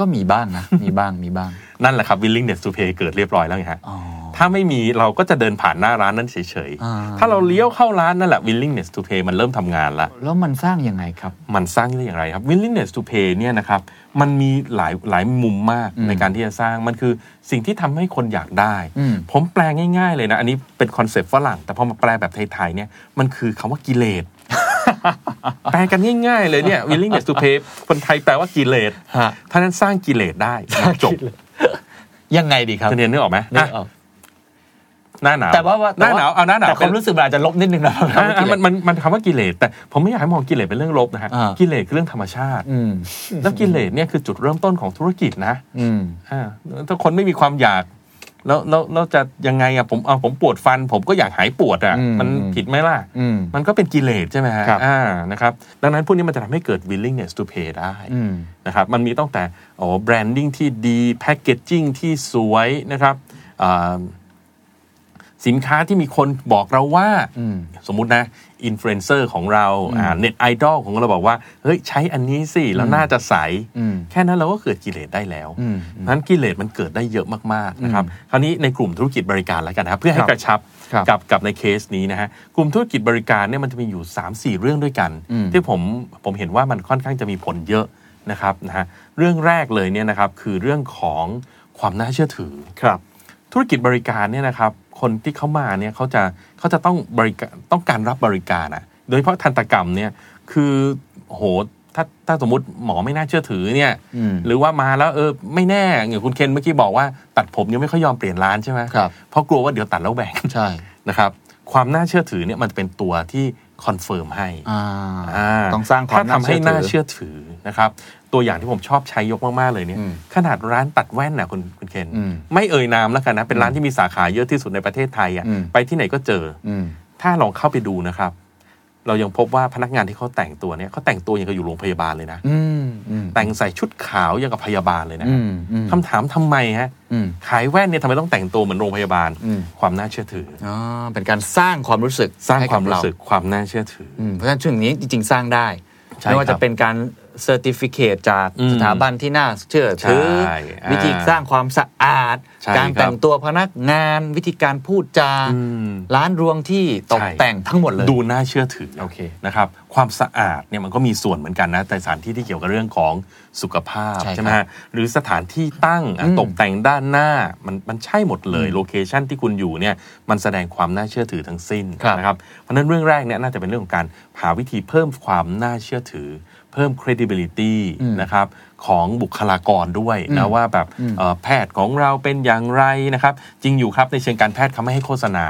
C: ก็มีบ้างนะ มีบ้างมีบ้าง
D: นั่นแหละครับ willingness to pay เกิดเรียบร้อยแล้วไงฮะ
C: อ๋อ
D: ถ้า ถ้าไม่มีเราก็จะเดินผ่านหน้าร้านนั้นเฉย
C: อ่า
D: ๆ ถ้าเราเลี้ยวเข้าร้านนั่นแหละ willingness to pay มันเริ่มทำงานละ
C: แล้วมันสร้างยังไงครับ
D: มันสร้างได้อย่างไรครับ willingness to pay เนี่ยนะครับ มันมีหลายหลายมุมมาก
C: อืม
D: ในการที่จะสร้าง มันคือสิ่งที่ทำให้คนอยากได้
C: อืม
D: ผมแปลง่ายๆเลยนะ อันนี้เป็นคอนเซปต์ฝรั่ง แต่พอมาแปลแบบไทยๆเนี่ย มันคือคำว่ากิเล ส แปลกันง่ายๆเลยเนี่ย willingness to pay คนไทยแปลว่ากิเลส ถ้านั้นสร้างกิเลสได้จบ
C: ยังไงดีครับ
D: จะเรียนนึกออกไหม
C: นึ
D: อ่ะ
C: กออก
D: หน้าหนาว
C: แต่ว่าว่า
D: หน้าหนาวเอาหน้าหนาว
C: แต่ค
D: เป็
C: วาน มรู้สึกมันอาจจะลบนิดนึงนะ
D: อ่ะ
C: ครับ
D: มันมันมันคำว่ากิเลสแต่ผมไม่อยากให้มองกิเลสเป็นเรื่องลบนะฮะ
C: อ่า
D: กิเลสคือเรื่องธรรมชาติ
C: อืม
D: แล้วกิเลสเนี่ยคือจุดเริ่มต้นของธุรกิจนะ
C: อืม
D: อ่าถ้าคนไม่มีความอยาก แล้วแล้วแล้วจะยังไงอ่ะผมเอาผมปวดฟัน ผมก็อยากหายปวดอ่ะ
C: อืม
D: มันผิดไหมล่ะ
C: อืม
D: มันก็เป็นกิเลสใช่ไหมฮะ
C: ครับ
D: อ่านะครับดังนั้นพวกนี้มันจะทำให้เกิด willingness to pay ได้
C: อืม
D: นะครับมันมีตั้งแต่โอ้แบรนดิ้งที่ดีแพ c เกจจิ้งที่สวยนะครับอ่าสินค้าที่มีคนบอกเราว่า
C: อืม
D: สมมุตินะอินฟลูเอนเซอร์ของเราอ่าเน็ตไอดอลของเราบอกว่า เฮ้ย ใช้อันนี้สิ แล้วน่าจะใส
C: อืม
D: แค่นั้นเราก็เกิดกิเลสได้แล้ว
C: อืม
D: นั้นกิเลสมันเกิดได้เยอะมาก ๆ นะครับ คราวนี้ในกลุ่มธุรกิจบริการแล้วกันนะครับ เพื่อให้
C: ครับ
D: กระชับ
C: ครับ
D: กับกับในเคสนี้นะฮะ กลุ่มธุรกิจบริการเนี่ยมันจะมีอยู่ 3 4 เรื่องด้วยกัน
C: อืม
D: ที่ผมผมเห็นว่ามันค่อนข้างจะมีผลเยอะนะครับนะฮะเรื่องแรกเลยเนี่ยนะครับคือเรื่องของความน่าเชื่อถือ
C: ครับ
D: ธุรกิจบริการเนี่ยนะครับ คนที่เขามาเนี่ยเขาจะเขาจะต้องบริการต้องการรับบริการอะโดยเฉพาะทันตกรรมเนี่ยคือโหถ้าถ้าสมมติหมอไม่น่าเชื่อถือเนี่ย
C: อืม
D: หรือว่ามาแล้วเออไม่แน่อย่างคุณเคนเมื่อกี้บอกว่าตัดผมยังไม่ค่อยยอมเปลี่ยนร้านใช่ไหม
C: ครับ
D: เพราะกลัวว่าเดี๋ยวตัดแล้วแบ่ง
C: ใช่
D: นะครับความน่าเชื่อถือเนี่ยมันจะเป็นตัวที่คอนเฟิร์มให้
C: อ่า
D: อ่า
C: ต้องสร้างความ
D: ถ้าทำให้น่า
C: น่าเชื่อถือ
D: เชื่อถือนะครับ ตัวอย่างที่ผมชอบใช้ยกมาก ๆ เลยเนี่ย
C: อืม
D: ขนาดร้านตัดแว่นนะคุณคุณเคน
C: อืม
D: ไม่เอ่ยนามแล้วกันนะ เป็นร้านที่มีสาขาเยอะที่สุดในประเทศไทยอ่ะ
C: อืม
D: ไปที่ไหนก็เจอ
C: อืม
D: ถ้าลองเข้าไปดูนะครับ เรายังพบว่าพนักงานที่เขาแต่งตัวเนี่ยเขาแต่งตัวอย่างกับอยู่โรงพยาบาลเลยนะ
C: อืมอืม
D: แต่งใส่ชุดขาวอย่างกับพยาบาลเลยนะ
C: อืมอืม
D: คำถามทำไมฮะ
C: อืม
D: ขายแว่นเนี่ยทำไมต้องแต่งตัวเหมือนโรงพยาบาล
C: อืม
D: ความน่าเชื่อถือ
C: อ๋อเป็นการสร้างความรู้สึก
D: สร้าง
C: ให้
D: ความ
C: กับ
D: รู้
C: เ
D: สึกความน่าเชื่อถือ
C: อืมเพราะฉะนั้นช่วงนี้จริง ๆ สร้างได้
D: ใช่
C: ไม่ว่าจะเป็นการเซอร์ติฟิเคจาก
D: อืม
C: สถาบันที่น่าเชื่อถือ
D: ใช่
C: วิธีสร้างความสะอาด
D: ใช่
C: การแต่งตัวพนักงาน วิธีการพูดจา
D: อืม
C: ร้านรวงที่ตก
D: ใช่
C: แต่งทั้งหมดเลย
D: ดูน่าเชื่อถือ
C: โอเค
D: นะครับความสะอาดเนี่ยมันก็มีส่วนเหมือนกันนะแต่สถานที่ที่เกี่ยวกับเรื่องของสุขภาพ
C: ใช่ครับ
D: ไหมฮะหรือสถานที่ตั้งอ่ะ
C: อืม
D: ตกแต่งด้านหน้ามันมันใช่หมดเลยโลเคชันที่คุณอยู่เนี่ยมันแสดงความน่าเชื่อถือทั้งสิ้น
C: ครับ
D: นะครับเพราะฉะนั้นเรื่องแรกเนี่ยน่าจะเป็นเรื่องของการหาวิธีเพิ่มความน่าเชื่อถือ เพิ่ม credibility
C: อืม
D: นะครับของบุคลากรด้วยนะว่าแบบเอ่อแพทย์ของเราเป็นอย่างไรนะครับจริงอยู่ครับในเชิงการแพทย์เขาไม่ให้โฆษณา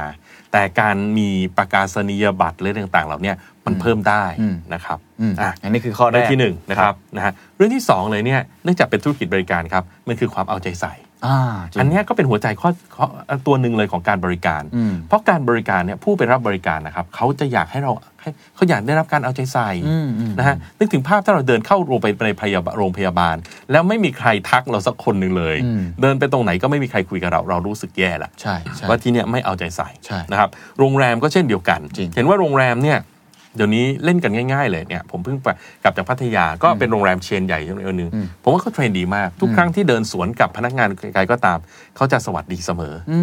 D: แต่การมีประกาศนียบัตรหรือต่างๆ เหล่าเนี้ยมันเพิ่มได้
C: อืม
D: นะครับ
C: อืม
D: อ่ะ
C: อันนี้คือข้อแร
D: เรื่อก งที่หนึ่งนะครับนะฮะเรื่องที่สองเลยเนี่ยเนื่องจากเป็นธุรกิจบริการครับมันคือความเอาใจใส่
C: อ่าจริง
D: อันเนี้ยก็เป็นหัวใจข้อข้อตัวหนึ่งเลยของการบริการ
C: อืม
D: เพราะการบริการเนี่ยผู้ไปรับบริการนะครับเขาจะอยากให้เราให้เขาอยากได้รับการเอาใจใส่
C: อืมอืม
D: นะฮะนึกถึงภาพถ้าเราเดินเข้าโรงไปในพยาบาลโรงพยาบาล แล้วไม่มีใครทักเราสักคนหนึ่งเลย เดินไปตรงไหนก็ไม่มีใครคุยกับเราเรารู้สึกแย่ละ
C: ใช่ใช่
D: ว่าที่เนี่ยไม่เอาใจใส่
C: ใช่
D: นะครับโรงแรมก็เช่นเดียวกัน
C: จริง
D: เห็นว่าโรงแรมเนี่ยเดี๋ยวนี้เล่นกันง่าย ๆ เลยเนี่ยผมเพิ่งไปกลับจากพัทยาก็เป็นโรงแรมเชนใหญ่จำนวนหนึ่งผมว่าเขาเทรนดีมาก ทุกครั้งที่เดินสวนกับพนักงานใครๆก็ตาม เขาจะสวัสดีเสมออ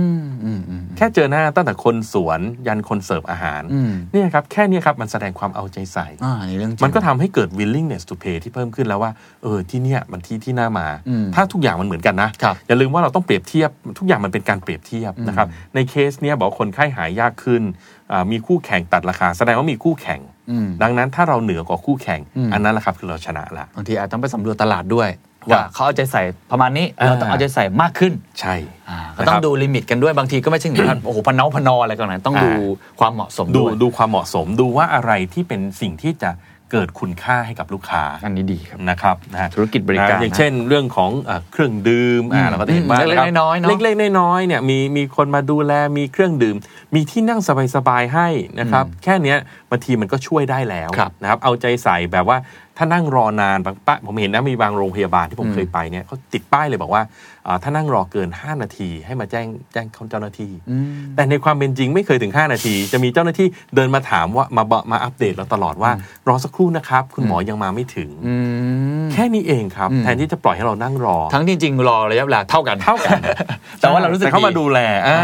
D: แค่เจอหน้าตั้งแต่คนสวนยันคนเสิร์ฟอาหาร
C: อืม
D: เนี่ยครับแค่เนี้ครับมันแสดงความเอาใจใส่
C: อ่าอันนี้เรื่องจริง
D: มันก็ทำให้เกิด willingness to pay ที่เพิ่มขึ้นแล้วว่าเออที่เนี่ยมันที่ที่น่ามา
C: อืม
D: ถ้าทุกอย่างมันเหมือนกันนะครับอย่าลืมว่าเราต้องเปรียบเทียบทุกอย่างมันเป็นการเปรียบเทียบนะครับในเคสเนี้ยบอกว่าคนไข้หายยากขึ้นอ่ามีคู่แข่งตัดราคา แสดงว่ามีคู่แข่ง
C: อืม
D: ดังนั้นถ้าเราเหนือกว่าคู่แข่ง
C: อืม
D: อันนั้นแหละครับคือเราชนะละ
C: บางทีอาจต้องไปสำรวจตลาดด้วย ว่าเขาเอาใจใส่ประมาณนี้
D: อ่า
C: เราต้องเอาใจใส่มากขึ้น
D: ใช่
C: อ่าก็ต้อง
D: นะครับ
C: ดูลิมิตกันด้วยบางทีก็ไม่ใช่ถึงขั้น โอ้โหพะเนาพะนออะไรกันนะต้องดูความเหมาะสม
D: ดู
C: ด้วย
D: ดูความเหมาะสมดูว่าอะไรที่เป็นสิ่งที่จะเกิดคุณค่าให้กับลูกค้า
C: อันนี้ดีครับ
D: นะครับนะฮะ
C: ธุรกิจบริการ
D: นะอย่างเช่นเรื่องของเอ่อเครื่องดื่มอ่า
C: อืม
D: เราก็จะเห็นว่า
C: เล็กๆ
D: ะครับ
C: น้อยๆเนอะ
D: เล็กๆน้อยๆเนี่ยมีมีคนมาดูแลมีเครื่องดื่ม มีที่นั่งสบายๆให้นะครับแค่เนี้ยบางทีมันก็ช่วยได้แล้ว
C: ครับ
D: นะครับเอาใจใส่แบบว่าถ้านั่งรอนานบางป้าผมเห็นนะมีบางโรงพยาบาลที่ผมเคยไปเนี่ยเขาติดป้ายเลยบอกว่าอ่าถ้านั่งรอเกิน 5 นาที ให้มาแจ้งแจ้งเจ้าหน้าที่ แต่ในความเป็นจริงไม่เคยถึง 5 นาที จะมีเจ้าหน้าที่เดินมาถามว่ามาบอกมาอัปเดตเราตลอดว่า รอสักครู่นะครับคุณหมอยังมาไม่ถึง แค่ ค่นี้เองครับ
C: อืม
D: แทนที่จะปล่อยให้เรานั่งรอ
C: ทั้งที่จริงรอระยะเวลาเท่ากัน
D: เท่ากัน
C: แต่ว่าเรารู้สึก
D: แต่เข้ามาดูแลอ่า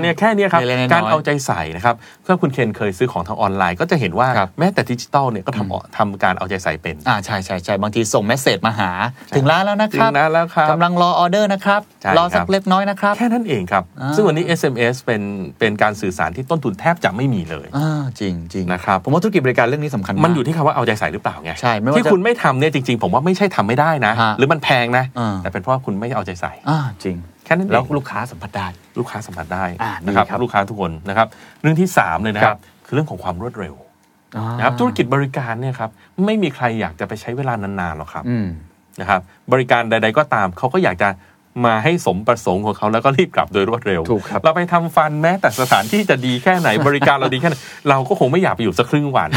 D: เนี่ยแค่เนี้ยครับ
C: เล็กๆน้อยๆ
D: การเอาใจใส่นะครับถ้าคุณเคนเคยซื้อของทางออนไลน์ ก็จะเห็นว่า
C: ครับ
D: แม้แต่ดิจิตอลเนี่ยก็ทำออกทำการเอาใจใส่เป็น
C: อ่าใช่ใช่ใช่บางทีส่งเมสเซจมาหา ถึงร้านแล้วนะค
D: ถึ
C: รั
D: ง
C: บ
D: นะแล้วครับ
C: กำลังรอออเดอร์นะครับ
D: ใช่ครับ
C: รอสักเล็กน้อยนะครับ
D: แค่นั้นเองครับ
C: อ่า
D: ซึ่งวันนี้ SMS เป็นเป็นการสื่อสารที่ต้นทุนแทบจะไม่มีเลย
C: อ่าจริงจริง
D: นะครับ
C: ผมว่าธุรกิจบริการเรื่องนี้สำคัญาก
D: มันอยู่ที่คำว่าเอาใจใส่หรือเปล่าไง
C: ใช่ไม่ว่า
D: ที่
C: จะ
D: คุณไม่ทำเนี่ยจริง ๆ ผมว่าไม่ใช่ทำไม่ได้นะ
C: ฮะ
D: หรือมันแพงนะ
C: อ่า
D: แต่เป็นเพราะว่าคุณไม่เอาใจใส่
C: อ่าจริง
D: แค่นั้นเอง
C: แล้วลูกค้าสัมผัสได้
D: ลูกค้าสัมผัสได้
C: อ่า
D: นะครับ
C: ดีครับ
D: ลูกค้าทุกคนนะครับเรื่องที่ 3 เลยนะค
C: ครั
D: รับบ คือเรื่องของความรวดเร็ว
C: อ่า
D: นะครับธุรกิจบริการเนี่ยครับไม่มีใครอยากจะไปใช้เวลานานๆหรอกครับ
C: อืม
D: นะครับบริการใด ๆก็ตามเขาก็อยากจะมาให้สมประสงค์ของเขาแล้วก็รีบกลับโดยรวดเร็ว
C: ถูกครับ
D: เราไปทำฟันแม้แต่สถานที่จะดีแค่ ไหน บริการเราดีแค่ไหนเราก็คงไม่อยากไปอยู่สักครึ่งวัน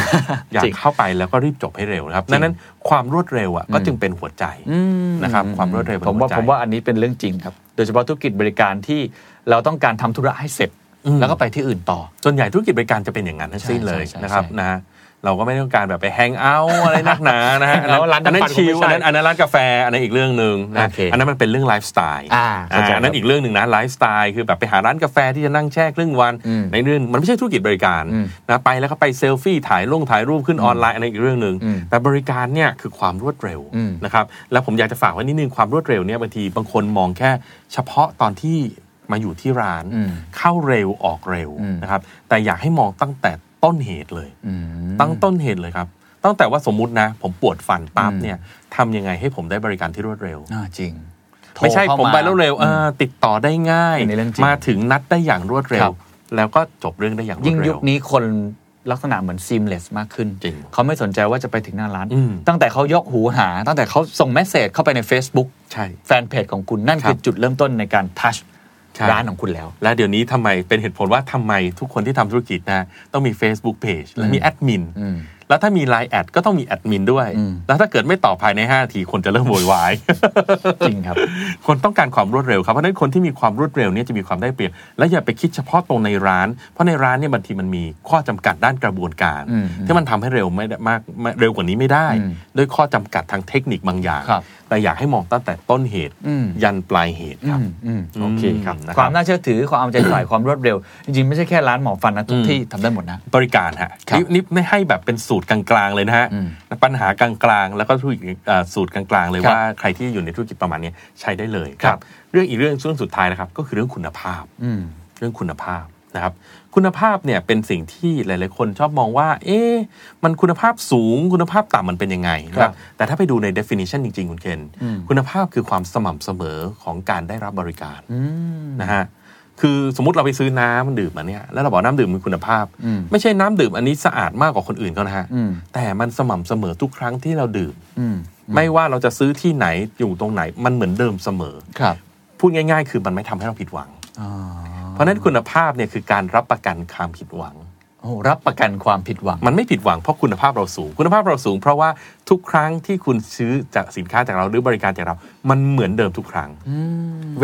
D: อยาก
C: จริง
D: เข้าไปแล้วก็รีบจบให้เร็วนะครับดังนั้นความรวดเร็วอ่ะก็
C: อืม
D: จึงเป็นหัวใจ
C: อืม
D: นะครับความรวดเร็วเป็น
C: ผมว่า
D: หัวใจ
C: ผมว่าอันนี้เป็นเรื่องจริงครับ โดยเฉพาะธุรกิจบริการที่เราต้องการทำธุระให้เสร็จ
D: อืม
C: แล้วก็ไปที่อื่นต่อ
D: ส่วนใหญ่ธุรกิจบริการจะเป็นอย่างนั้นทั้งสิ้นเลย
C: ใช่ใช่
D: นะครับ
C: ใช่
D: นะฮะเราก็ไม่ต้องการแบบไปแฮงเอาท์อะไรนักหนานะฮะ
C: แล้วร้าน
D: อันนั้
C: น้ำปั่
D: น
C: น
D: ชิล
C: ก็
D: อัน
C: ไม่ใช่
D: นั้นอันนั้นร้านกาแฟอันนั้นอีกเรื่องหนึ่งนะ
C: โอเค
D: อันนั้นมันเป็นเรื่องไลฟ์สไตล์
C: อ่าเข้าใจ
D: อันนั้นอีกเรื่องหนึ่งนะไลฟ์สไตล์คือแบบไปหาร้านกาแฟที่จะนั่งแช่ครึ่งวัน
C: อืม
D: ในเรื่องมันไม่ใช่ธุรกิจบริการ
C: อืม
D: นะไปแล้วก็ไปเซลฟี่ถ่ายลงถ่ายรูปขึ้นออนไลน์อันนั้นอีกเรื่องหนึ่ง
C: อืม
D: แต่บริการเนี่ยคือความรวดเร็ว
C: อืม
D: นะครับแล้วผมอยากจะฝากไว้นิดนึงความรวดเร็วเนี่ยบางทีบางคนมองแค่เฉพาะตอนที่มาอยู่ที่ร้าน
C: อืม
D: เข้าเร็วออกเร็ว
C: อืม
D: นะครับแต่อยากให้มองตั้งแต่ต้นเหตุเลย
C: อืม
D: ตั้งต้นเหตุเลยครับ ตั้งแต่ว่าสมมุตินะ ผมปวดฟันปั๊บ
C: อืม
D: เนี่ยทำยังไงให้ผมได้บริการที่รวดเร็ว
C: อ่าจริง
D: ไม่ใช่
C: โทเข้า
D: ผมไปรวดเร็ว
C: อื
D: เอ่
C: ม
D: อติดต่อได้ง่าย
C: อันนี้เรื่องจริง
D: มาถึงนัดได้อย่างรวดเร็
C: ครั
D: ว
C: บ
D: แล้วก็จบเรื่องได้อย่างรว
C: ยิ่ง
D: ดเร็ว
C: ยุคนี้คนลักษณะเหมือน seamless มากขึ้น
D: จริง
C: เขาไม่สนใจว่าจะไปถึงหน้าร้าน
D: อืม
C: ตั้งแต่เขายกหูหา ตั้งแต่เขาส่งเมสเซจเข้าไปใน Facebook
D: ใช่
C: แฟนเพจของคุณนั่น
D: ครับ
C: คือจุดเริ่มต้นในการทัช
D: ใช่
C: ร้านของคุณแล้ว
D: และเดี๋ยวนี้ทำไมเป็นเหตุผลว่าทำไมทุกคนที่ทำธุรกิจนะต้องมี Facebook Page และมีแอดมิน
C: อืม
D: แล้วถ้ามี Line แอดก็ต้องมีแอดมินด้วย
C: อืม
D: แล้วถ้าเกิดไม่ตอบภายใน 5 ทีคนจะเริ่มโวยวาย
C: จริงครับ
D: คนต้องการความรวดเร็วครับ เพราะฉะนั้นคนที่มีความรวดเร็วเนี่ยจะมีความได้เปรียบ และอย่าไปคิดเฉพาะตรงในร้าน เพราะในร้านเนี่ยบางทีมันมีข้อจำกัดด้านกระบวนการ
C: อืม
D: ที่มันทำให้เร็วไม่ได้มากไม่เร็วกว่านี้ไม่ได้
C: อืม
D: ด้วยข้อจำกัดทางเทคนิคบางอย่าง
C: ครับ
D: แต่อยากให้มองตั้งแต่ต้นเหตุ
C: อืม
D: ยันปลายเหตุครับ
C: อืมอืมโอเคครับ
D: นะครับ
C: ความน่าเชื่อถือความเอาใจใส่ ความรวดเร็ว จริงๆ ไม่ใช่แค่ร้านหมอฟันนะทุ
D: อื
C: ก
D: ม
C: ที่ทำได้หมดนะ
D: บริการฮะ
C: ครับ
D: นี่นี่ไม่ให้แบบเป็นสูตรกลางๆเลยนะฮะ
C: อืม
D: ปัญหากลางๆ แล้วก็ธุรกิจเอ่อสูตรกลางๆ เลย
C: ครับ
D: ว่าใครที่อยู่ในธุรกิจประมาณเนี้ยใช้ได้เลย
C: ครับ
D: เรื่องอีกเรื่องช่วงสุดท้ายนะครับก็คือเรื่องคุณภาพ
C: อืม
D: เรื่องคุณภาพนะครับคุณภาพเนี่ยเป็นสิ่งที่หลาย ๆ คนชอบมองว่า เอ๊ะมันคุณภาพสูงคุณภาพต่ำมันเป็นยังไงนะค
C: ครั
D: รั
C: บบ
D: แต่ถ้าไปดูใน definition จริง ๆ คุณเคน
C: อืม
D: คุณภาพคือความสม่ำเสมอของการได้รับบริการ
C: อืม
D: นะฮะคือสมมติเราไปซื้อน้ำดื่มมาเนี่ยแล้วเราบอกน้ำดื่มมีคุณภาพ
C: อืม
D: ไม่ใช่น้ำดื่มอันนี้สะอาดมากกว่าคนอื่นเขานะฮะ
C: อืม
D: แต่มันสม่ำเสมอทุกครั้งที่เราดื่ม
C: อืม
D: ไม่ว่าเราจะซื้อที่ไหนอยู่ตรงไหนมันเหมือนเดิมเสมอ
C: ครับ
D: พูดง่าย ๆ คือมันไม่ทำให้เราผิดหวัง
C: อ๋อ
D: เพราะฉะนั้นคุณภาพเนี่ยคือการรับประกันความผิดหวัง
C: โอ้รับประกันความผิดหวัง
D: มันไม่ผิดหวังเพราะคุณภาพเราสูง คุณภาพเราสูง เพราะว่าทุกครั้งที่คุณซื้อจากสินค้าจากเราหรือบริการจากเรา มันเหมือนเดิมทุกครั้ง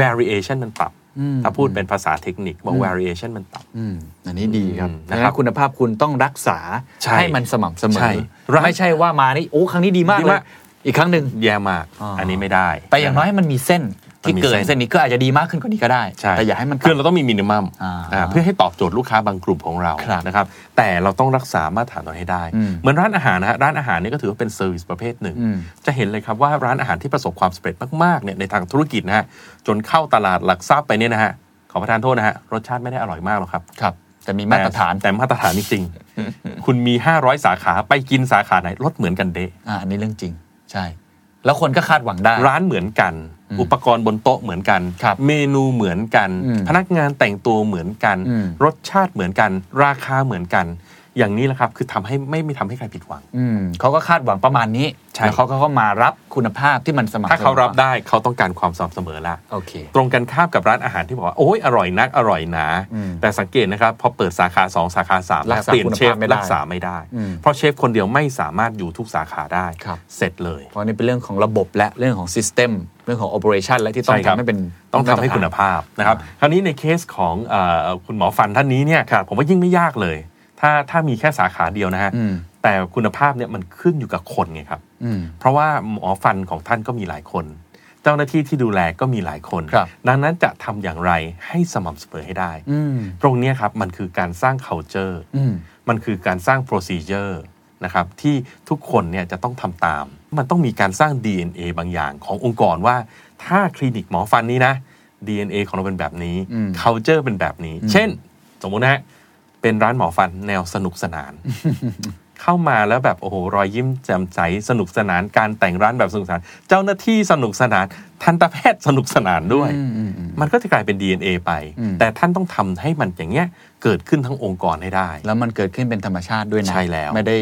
D: variation มันปรับ
C: อืม
D: ถ้าพูดเป็นภาษาเทคนิคบอก variation มันปรับ
C: อืมอันนี้ดีครับ
D: อืม
C: ดัง
D: นะครั
C: นั้
D: บ
C: นคุณภาพคุณต้องรักษา
D: ใช่
C: มันสม่ำเสม
D: ใช่
C: อ
D: ร้าน
C: ไม่ใช่ว่ามานี่โอ้ครั้งนี้ดีมาก
D: ดี
C: เล
D: มาย ก
C: อีกครั้งหนึ่ง
D: แย่มาก
C: อ๋ออั
D: อันนี้ไม่ได้
C: แต่อย่างน้อยให้มันมีเส้นที่
D: มันมี
C: เกิ
D: เส้
C: น
D: น
C: เส้นนี้ก็อาจจะดีมากขึ้นกว่านี้ก็ได้
D: ใช่
C: แต่อย่าให้มัน
D: คือ
C: ด
D: เราต้องมีมินิมัม
C: อ่า
D: เพื่อให้ตอบโจทย์ลูกค้าบางกลุ่มของเรา
C: ครับ
D: นะครับแต่เราต้องรักษามาตรฐานเราให้ได้
C: อืม
D: เหมือนร้านอาหารนะฮะร้านอาหารเนี่ยก็ถือว่าเป็นเซอร์วิสประเภทหนึ่ง
C: อืม
D: จะเห็นเลยครับว่าร้านอาหารที่ประสบความสำเร็จมากๆเนี่ยในทางธุรกิจนะฮะจนเข้าตลาดหลักทรัพย์ไปเนี่ยนะฮะขอประทานโทษนะฮะรสชาติไม่ได้อร่อยมากหรอกครับ
C: ครับ แต่มีมาตรฐาน
D: แต่มาตรฐานจริงๆคุณมี 500 สาขาไปกินสาขาไหนรสเหมือนกันเดะ
C: อ่าอันนี้เรื่องจริง ใช่ แล้วคนก็คาดหวังได้
D: ร้านเหมือนกัน อุปกรณ์บนโต๊ะเหมือนกัน
C: ครับ
D: เมนูเหมือนกัน
C: อืม
D: พนักงานแต่งตัวเหมือนกัน
C: อืม
D: รสชาติเหมือนกัน ราคาเหมือนกัน อย่างนี้แหละครับคือทำให้ไม่ไม่ทำให้ใครผิดหวัง
C: อืมเขาก็คาดหวังประมาณนี้
D: ใช่
C: แล้วเขาก็เข้ามารับคุณภาพที่มันสม่ำสมอ
D: ถ้าเขารับได้เขาต้องการความสม่ำเสมอละ
C: โอเค
D: ตรงกันข้ามกับร้านอาหารที่บอกว่า โอ้ยอร่อยนักอร่อยหนา
C: อืม
D: แต่สังเกตนะครับ พอเปิดสาขา 2 สาขา3าม
C: รักษา
D: เปลี่ยนเชฟ
C: คุณภาพไม่ได้
D: รักษาไม่ได้
C: อืม
D: เพราะเชฟคนเดียวไม่สามารถอยู่ทุกสาขาได้
C: ครับ
D: เสร็จเลย
C: เพราะนี่เป็นเรื่องของระบบและเรื่องของซิสเต็มเรื่องของ operation และที่ต้อง
D: ใช่ครับ
C: ทำให้เป็น
D: ต้องทำให้
C: มาตรฐน
D: คุณภาพนะครับ คราวนี้ในเคสของเอ่อคุณหมอฟันท่านนี้เนี่ยผมว่ายิ่งไม่ยากเลย ถ้าถ้ามีแค่สาขาเดียวนะฮะ
C: อืม
D: แต่ แต่คุณภาพเนี่ยมันขึ้นอยู่กับคนไงครับ
C: อืม
D: เพราะว่าหมอฟันของท่านก็มีหลายคน เจ้าหน้าที่ที่ดูแลก็มีหลายคน
C: ครับ
D: ดังนั้นจะทำอย่างไรให้สม่ำเสมอให้ได้
C: อืม
D: ตรงเนี้ยครับมันคือการสร้าง culture
C: อืม
D: มันคือการสร้าง procedure นะครับที่ทุกคนเนี่ยจะต้องทำตาม มันต้องมีการสร้าง DNA บางอย่างขององค์กรว่า ถ้าคลินิกหมอฟันนี้นะ DNA ของเราเป็นแบบนี้
C: อืม
D: culture เป็นแบบนี้ เช่น สมมุตินะฮะเป็นร้านหมอฟันแนวสนุกส นาน เข้ามาแล้วแบบ โอ้โห รอยยิ้มแจ่มใสสนุกสนานการแต่งร้านแบบสนุกสนาน เจ้าหน้าที่สนุกสนาน ทันตแพทย์สนุกสนานด้วย
C: อืมอืมอืม
D: มันก็จะกลายเป็น DNA ไป
C: อืม
D: แต่ท่านต้องทำให้มันอย่างเงี้ยเกิดขึ้นทั้งองค์กรให้ได้
C: แล้วมันเกิดขึ้นเป็นธรรมชาติด้วยนะ
D: ใช่แล้ว
C: ไม่ได้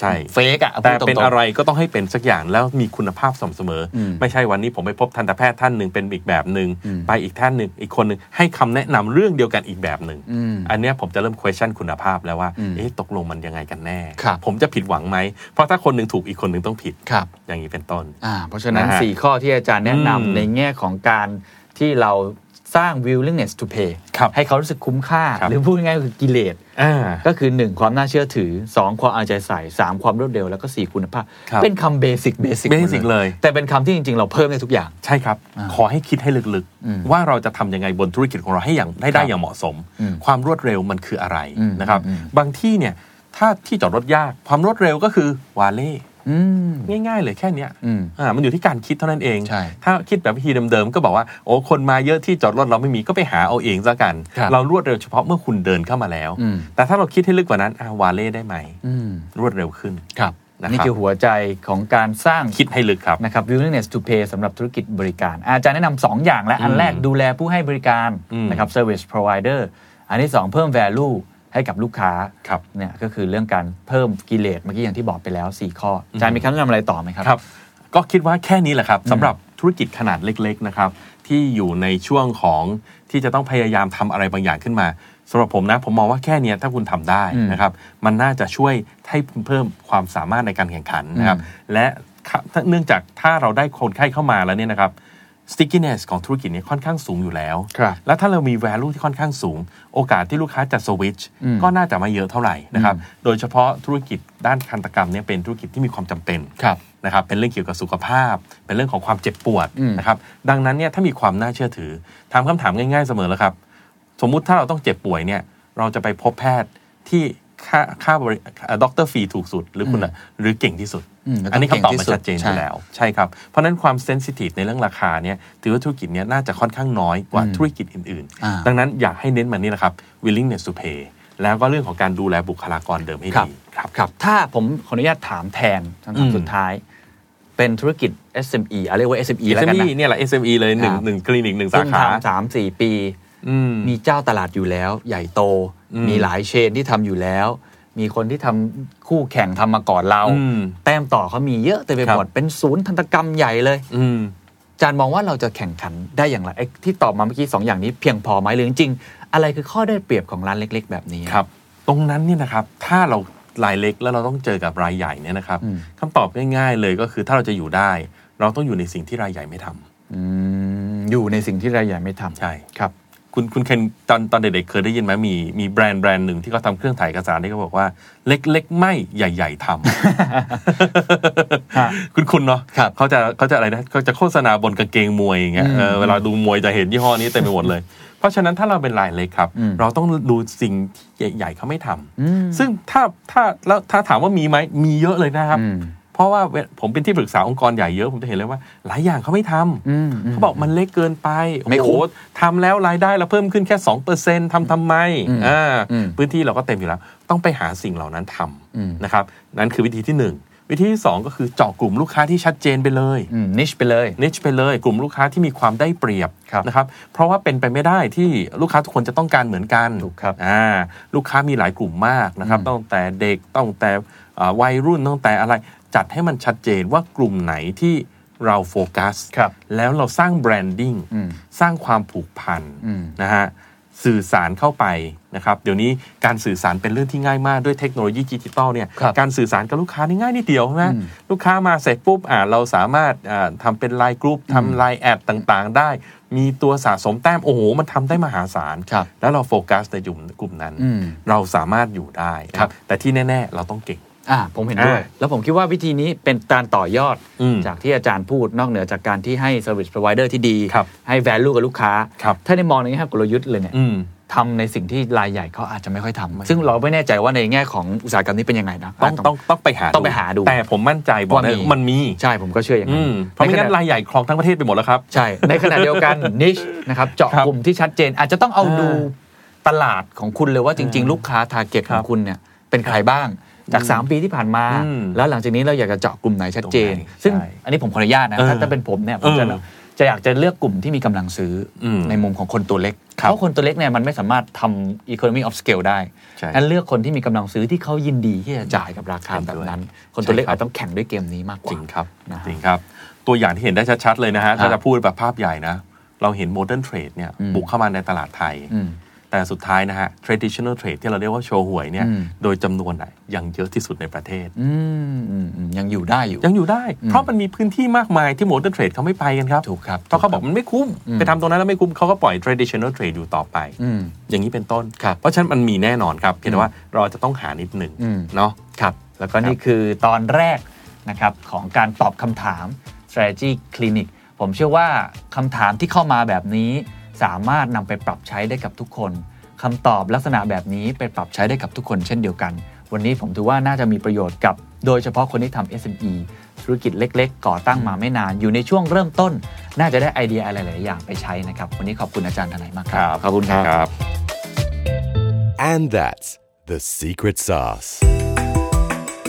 D: ใช่
C: เฟกอะ
D: แต่
C: พูดรงๆ
D: เป็นอะไรก็ต้องให้เป็นสักอย่างแล้วมีคุณภาพสม่ำเสมออ
C: ม
D: ไม่ใช่วันนี้ผมไปพบทันตแพทย์ท่านหนึ่งเป็นอีกแบบหนึ่ง
C: อืม
D: ไปอีกท่านหนึ่งอีกคนหนึ่งให้คำแนะนำเรื่องเดียวกันอีกแบบหนึ่ง
C: อืม
D: นเนี้ยผมจะเริ่ม question คุณภาพแล้วว่า
C: อืม
D: เอ๊ะตกลงมันยังไงกันแน่
C: ครับ
D: ผมจะผิดหวังไหม เพราะถ้าคนหนึ่งถูกอีกคนหนึ่งต้องผิด
C: ครับ
D: อย่างนี้เป็นต้น
C: อ่าเพราะฉะนั้น
D: นะฮะ
C: 4 ข้อที่อาจารย์แนะ
D: อืม
C: นำในแง่ของการที่เราสร้าง willingness to pay
D: ครับ
C: ให้เขารู้สึกคุ้มค่า
D: ครับ
C: หรือพูดง่ายๆก็คือกิเลส
D: อ่า
C: ก็คือ 1 ความน่าเชื่อถือ 2 ความเอาใจใส่ 3 ความรวดเร็ว แล้วก็ 4 คุณภาพ
D: ครับ
C: เป็นคำเบสิกเบสิก
D: basic เลย
C: แต่เป็นคำที่จริง ๆ เราเพิ่มได้ทุกอย่าง
D: ใช่ครับ ขอให้คิดให้ลึกๆ ว่าเราจะทำยังไงบนธุรกิจของเราให้อย่างได้ได้อย่างเหมาะสม ความรวดเร็วมันคืออะไร
C: อืม
D: นะครับ
C: อืม
D: บางที่เนี่ยถ้าที่จอดรถยากความรวดเร็วก็คือวาเล่
C: อืม
D: ง่ายๆเลยแค่เนี้ย
C: อืม
D: อ่ามันอยู่ที่การคิดเท่านั้นเอง
C: ใช่
D: ถ้าคิดแบบวิธีเดิมๆ ก็บอกว่า โอ้ คนมาเยอะที่จอดรถเราไม่มีก็ไปหาเอาเองซะกัน
C: ครับ
D: เรารวดเร็วเฉพาะเมื่อคุณเดินเข้ามาแล้ว
C: อืม
D: แต่ถ้าเราคิดให้ลึกกว่านั้นอ่ะวาเล่ได้ไหม
C: อืม
D: รวดเร็วขึ้น
C: ครับ
D: นะครับ
C: นี่คือหัวใจของการสร้าง
D: คิดให้ลึกครับ
C: นะครับ willingness to pay สำหรับธุรกิจบริการ อาจารย์แนะนำสอ2อย่างและอันแรกดูแลผู้ให้บริการ
D: อืม
C: นะครับ service provider อันที่ 2 เพิ่ม value ให้กับลูกค้า
D: ครับ
C: เนี่ยก็คือเรื่องการเพิ่มกิเลสเมื่อกี้อย่างที่บอกไปแล้ว 4 ข้ออาจารย์มีคำแนะนำอะไรต่อไหมครับ
D: ครับ ก็คิดว่าแค่นี้แหละครับสำหรับธุรกิจขนาดเล็กๆนะครับที่อยู่ในช่วงของที่จะต้องพยายามทำอะไรบางอย่างขึ้นมาสำหรับผมนะผมมองว่าแค่เนี้ยถ้าคุณทำได้นะครับมันน่าจะช่วยให้เพิ่มความสามารถในการแข่งขันนะครับและค่ะถ้าเนื่องจากถ้าเราได้คนไข้เข้ามาแล้วเนี่ยนะครับ stickiness ของธุรกิจเนี้ค่อนข้างสูงอยู่แล้ว
C: ครับ
D: แล้วถ้าเรามี value ที่ค่อนข้างสูง โอกาสที่ลูกค้าจะ switch ก็น่าจะไม่เยอะเท่าไหร่นะครับโดยเฉพาะธุรกิจด้านทันตกรรมเนี่ยเป็นธุรกิจที่มีความจำเป็น
C: ครับ
D: นะครับเป็นเรื่องเกี่ยวกับสุขภาพ เป็นเรื่องของความเจ็บปวด
C: อืม
D: นะครับดังนั้นเนี่ยถ้ามีความน่าเชื่อถือถามคำถามง่ายๆเสมอแล้วครับ สมมุติถ้าเราต้องเจ็บป่วยเนี่ยเราจะไปพบแพทย์ที่ค่าค่าบริด็อกเตอร์ฟรีถูกสุด หรือคุณอะหรือเก่งที่สุด
C: อืมแล้วก็
D: อันนี้คำตอบ
C: เก่งที่
D: มัน
C: สุด
D: ชัดเจนอ
C: ใช่
D: ยู่แล้ว ใช่ครับ เพราะฉะนั้นความเซนซิทีฟในเรื่องราคาเนี่ยถือว่าธุรกิจเนี้ยน่าจะค่อนข้างน้อยกว่าธุรกิจอื่น
C: อ่า
D: ๆ ดังนั้นอยากให้เน้นมานี่แหละครับ willingness to pay แล้วก็เรื่องของการดูแลบุคลากรเดิมให้ดีครับ
C: ครับ ถ้าผมขออนุญาตถามแทนคำ
D: อื
C: ถาม
D: ม
C: สุดท้าย เป็นธุรกิจ SME อ่ะเรียกว่า SME แล้วกันนะ
D: SME เนี่ยแหละ SME เลยหนึ่ง
C: ครับ
D: หนึ่งคลินิกหนึ่งสา
C: ซึ่ง
D: ขา
C: ทำสามสี่ปี
D: อืม
C: มีเจ้าตลาดอยู่แล้ว ใหญ่โต
D: อืม
C: มีหลายเชนที่ทำอยู่แล้ว มีคนที่ทำคู่แข่งทำมาก่อนเรา
D: อืม
C: แต้มต่อเขามีเยอะเต็มไป
D: ครับ
C: หมดเป็นศูนย์ทันตกรรมใหญ่เลย
D: อืม
C: อาจารย์มองว่าเราจะแข่งขันได้อย่างไรไอ้ที่ตอบมาเมื่อกี้สองอย่างนี้เพียงพอไหมหรือจริงๆอะไรคือข้อได้เปรียบของร้านเล็ก ๆ แบบนี้
D: ครับ ตรงนั้นเนี่ยนะครับ ถ้าเรารายเล็กแล้วเราต้องเจอกับรายใหญ่เนี่ยนะครับ
C: อืม
D: คำตอบง่ายๆเลยก็คือถ้าเราจะอยู่ได้ เราต้องอยู่ในสิ่งที่รายใหญ่ไม่ทำ
C: อืมอยู่ในสิ่งที่รายใหญ่ไม่ทำ
D: ใช่
C: ครับ
D: คุณคุณเคนตอนตอนเด็กๆเคยได้ยินไหมมีมีแบรนด์แบรนด์หนึ่งที่เขาทำเครื่องถ่ายเอกสารที่เขาบอกว่า เล็กๆ ไม่ใหญ่ ๆท
C: ฮะ
D: ำ คุณคุณเนาะ
C: ครับ
D: เขาจะเขาจะอะไรนะเขาจะโฆษณาบนกางเกงมวยอย่างเงี้ยเออเวลาดูมวยจะเห็นยี่ห้อนี้เต็มไปหมดเลย เพราะฉะนั้นถ้าเราเป็นรายเล็กครับ
C: อืม
D: เราต้องดูสิ่งที่ใหญ่ๆเขาไม่ทำ
C: อืม
D: ซึ่งถ้าถ้าแล้วถ้าถามว่ามีไหมมีเยอะเลยนะครับ
C: อืม
D: เพราะว่าเวลผมเป็นที่ปรึกษาองค์กรใหญ่เยอะผมจะเห็นเลยว่า หลายอย่างเขาไม่ทำ
C: อืม
D: เขาบอกมันเล็กเกินไป
C: ไม่คุ้ม
D: โอ้โหทำแล้วรายได้เราเพิ่มขึ้นแค่สองเปอร์เซ็นทำทำไม
C: อืม
D: อ่า
C: อืม
D: พื้นที่เราก็เต็มอยู่แล้ว ต้องไปหาสิ่งเหล่านั้นท
C: อืม
D: ำนะครับนั่นคือวิธีที่หนึ่งวิธีที่สองก็คือเจาะกลุ่มลูกค้าที่ชัดเจนไปเลย
C: อืมนิชไปเลย
D: นิชไปเลยกลุ่มลูกค้าที่มีความได้เปรียบ
C: ครับ
D: นะครับเพราะว่าเป็นไปไม่ได้ที่ลูกค้าทุกคนจะต้องการเหมือนกัน
C: ถูกครับ
D: อ่าลูกค้ามีหลายกลุ่มมากนะครับ
C: อืม
D: ตั้งแต่เด็กตั้งแต่อ่าวัยรุ่นตั้งแต่อะไรจัดให้มันชัดเจนว่ากลุ่มไหนที่เราโฟกัส
C: ครับ
D: แล้วเราสร้างแบรนดิ้ง
C: อืม
D: สร้างความผูกพัน
C: อืม
D: นะฮะสื่อสารเข้าไปนะครับเดี๋ยวนี้การสื่อสารเป็นเรื่องที่ง่ายมากด้วยเทคโนโลยีดิจิตอลเนี่ย
C: ครับ
D: การสื่อสารกับลูกค้านี่ง่ายนิดเดียวใช่ไหม
C: อืม
D: ลูกค้ามาเสร็จปุ๊บอ่าเราสามารถอ่าทำาเป็นไลน์กรุ๊ปทำไลน์แอดต่างๆ ได้ มีตัวสะสมแต้ม โอ้โห มันทำได้มหาศาล
C: ครับ
D: แล้วเราโฟกัสในกลุ่มกลุ่มนั้น
C: อืม
D: เราสามารถอยู่ได้นะครับ แต่ที่แน่ ๆ เราต้องเก่ง
C: อ่าผมเห็นด้วย
D: อ่า
C: แล้วผมคิดว่าวิธีนี้เป็นการต่อยอด
D: อืม
C: จากที่อาจารย์พูดนอกเหนือจากการที่ให้ service provider ที่ดี
D: ครับ
C: ให้ value กับลูกค้า
D: ครับ
C: ถ้าในมองในแง่กลยุทธ์เลยเนี่ย
D: อืม
C: ทำในสิ่งที่รายใหญ่เขาอาจจะไม่ค่อยทำซึ่งเราไม่แน่ใจว่าในแง่ของอุตสาหกรรมนี้เป็นยังไงนะ
D: ต้องต้องต้องไปหา
C: ต้องไปหาดู
D: แต่ผมมั่นใจบอก
C: ว่า
D: ได้
C: มี
D: มันมี
C: ใช่ผมก็เชื่ออย่าง
D: อื
C: นั้น
D: มเพราะไม่งั้น
C: ใขณ
D: รายใหญ่ครองทั้งประเทศไปหมดแล้วครับ
C: ใช่ ในขณะเดียว กัน นิชนะครับ เจาะ
D: ครับ
C: กลุ่มที่ชัดเจน อาจจะต้องเอา
D: อ่า
C: ดูตลาดของคุณเลยว่าจริง ๆ ลูกค้าทาร์เก็ตของคุณเนี่ยเป็นใครบ้างจาก 3 ปีที่ผ่านมา
D: อืม
C: แล้วหลังจากนี้เราอยากจะเจาะกลุ่มไหนชัดเจน
D: ตรงไหน
C: ซึ่ง
D: ใช่
C: อันนี้ผมขออนุญาตนะ
D: เออ
C: ถ้าถ้าเป็นผมเนี่ยผมจะ
D: เออ
C: จะอยากจะเลือกกลุ่มที่มีกำลังซื้ออ
D: ม
C: ในมุมของคนตัวเล็ก
D: ครับ
C: เพราะคนตัวเล็กเนี่ยมันไม่สามารถทำ economy of scale ได้
D: ใช่
C: งั้นเลือกคนที่มีกำลังซื้อที่เขายินดีที่จะจ่ายกับราคาแบบนั้น คนตัวเล็ก
D: ใช่ครับ
C: อาจต้องแข่งด้วยเกมนี้มากกว่า
D: จริงครับ
C: นะ
D: จริงครับ ตัวอย่างที่เห็นได้ชัด ๆ เลยนะฮะ
C: ครับ
D: ถ้าจะพูดแบบภาพใหญ่นะ เราเห็นโมเดิร์นเทรดเนี่ย
C: อืม
D: บุกเข้ามาในตลาดไทย
C: อืม
D: แต่สุดท้ายนะฮะ traditional trade ที่เราเรียกว่าโชว์หวยเนี่ย
C: อืม
D: โดยจำนวนอะยังเยอะที่สุดในประเทศ
C: อืมอืมอืมยังอยู่ได้อยู่
D: ยังอยู่ได้ เพราะมันมีพื้นที่มากมายที่โมเดิร์นเทรดเขาไม่ไปกันครับ
C: ถูกครับ
D: เพราะเขาบอกมันไม่คุ้ม
C: อืม
D: ไปทำตรงนั้นแล้วไม่คุ้มเขาก็ปล่อย traditional trade อยู่ต่อไป
C: อืม
D: อย่างนี้เป็นต้น
C: ครับ
D: เพราะฉะนั้นมันมีแน่นอนครับ เพียงแต่ว่าเราอาจจะต้องหานิดหนึ่ง
C: อืม
D: เนาะ
C: ครับ แล้วก็นี่คือตอนแรกนะครับของการตอบคำถาม strategy clinic ผมเชื่อว่าคำถามที่เข้ามาแบบนี้ สามารถนำไปปรับใช้ได้กับทุกคนคำตอบลักษณะแบบนี้ไปปรับใช้ได้กับทุกคนเช่นเดียวกัน วันนี้ผมถือว่าน่าจะมีประโยชน์กับ โดยเฉพาะคนที่ทำ SME ธุรกิจเล็ก ๆ ก่อตั้งมาไม่นานอยู่ในช่วงเริ่มต้น น่าจะได้ไอเดียอะไรหลายๆอย่างไปใช้นะครับ วันนี้ขอบคุณอาจารย์ทนายมากครับ
A: And that's the secret sauce.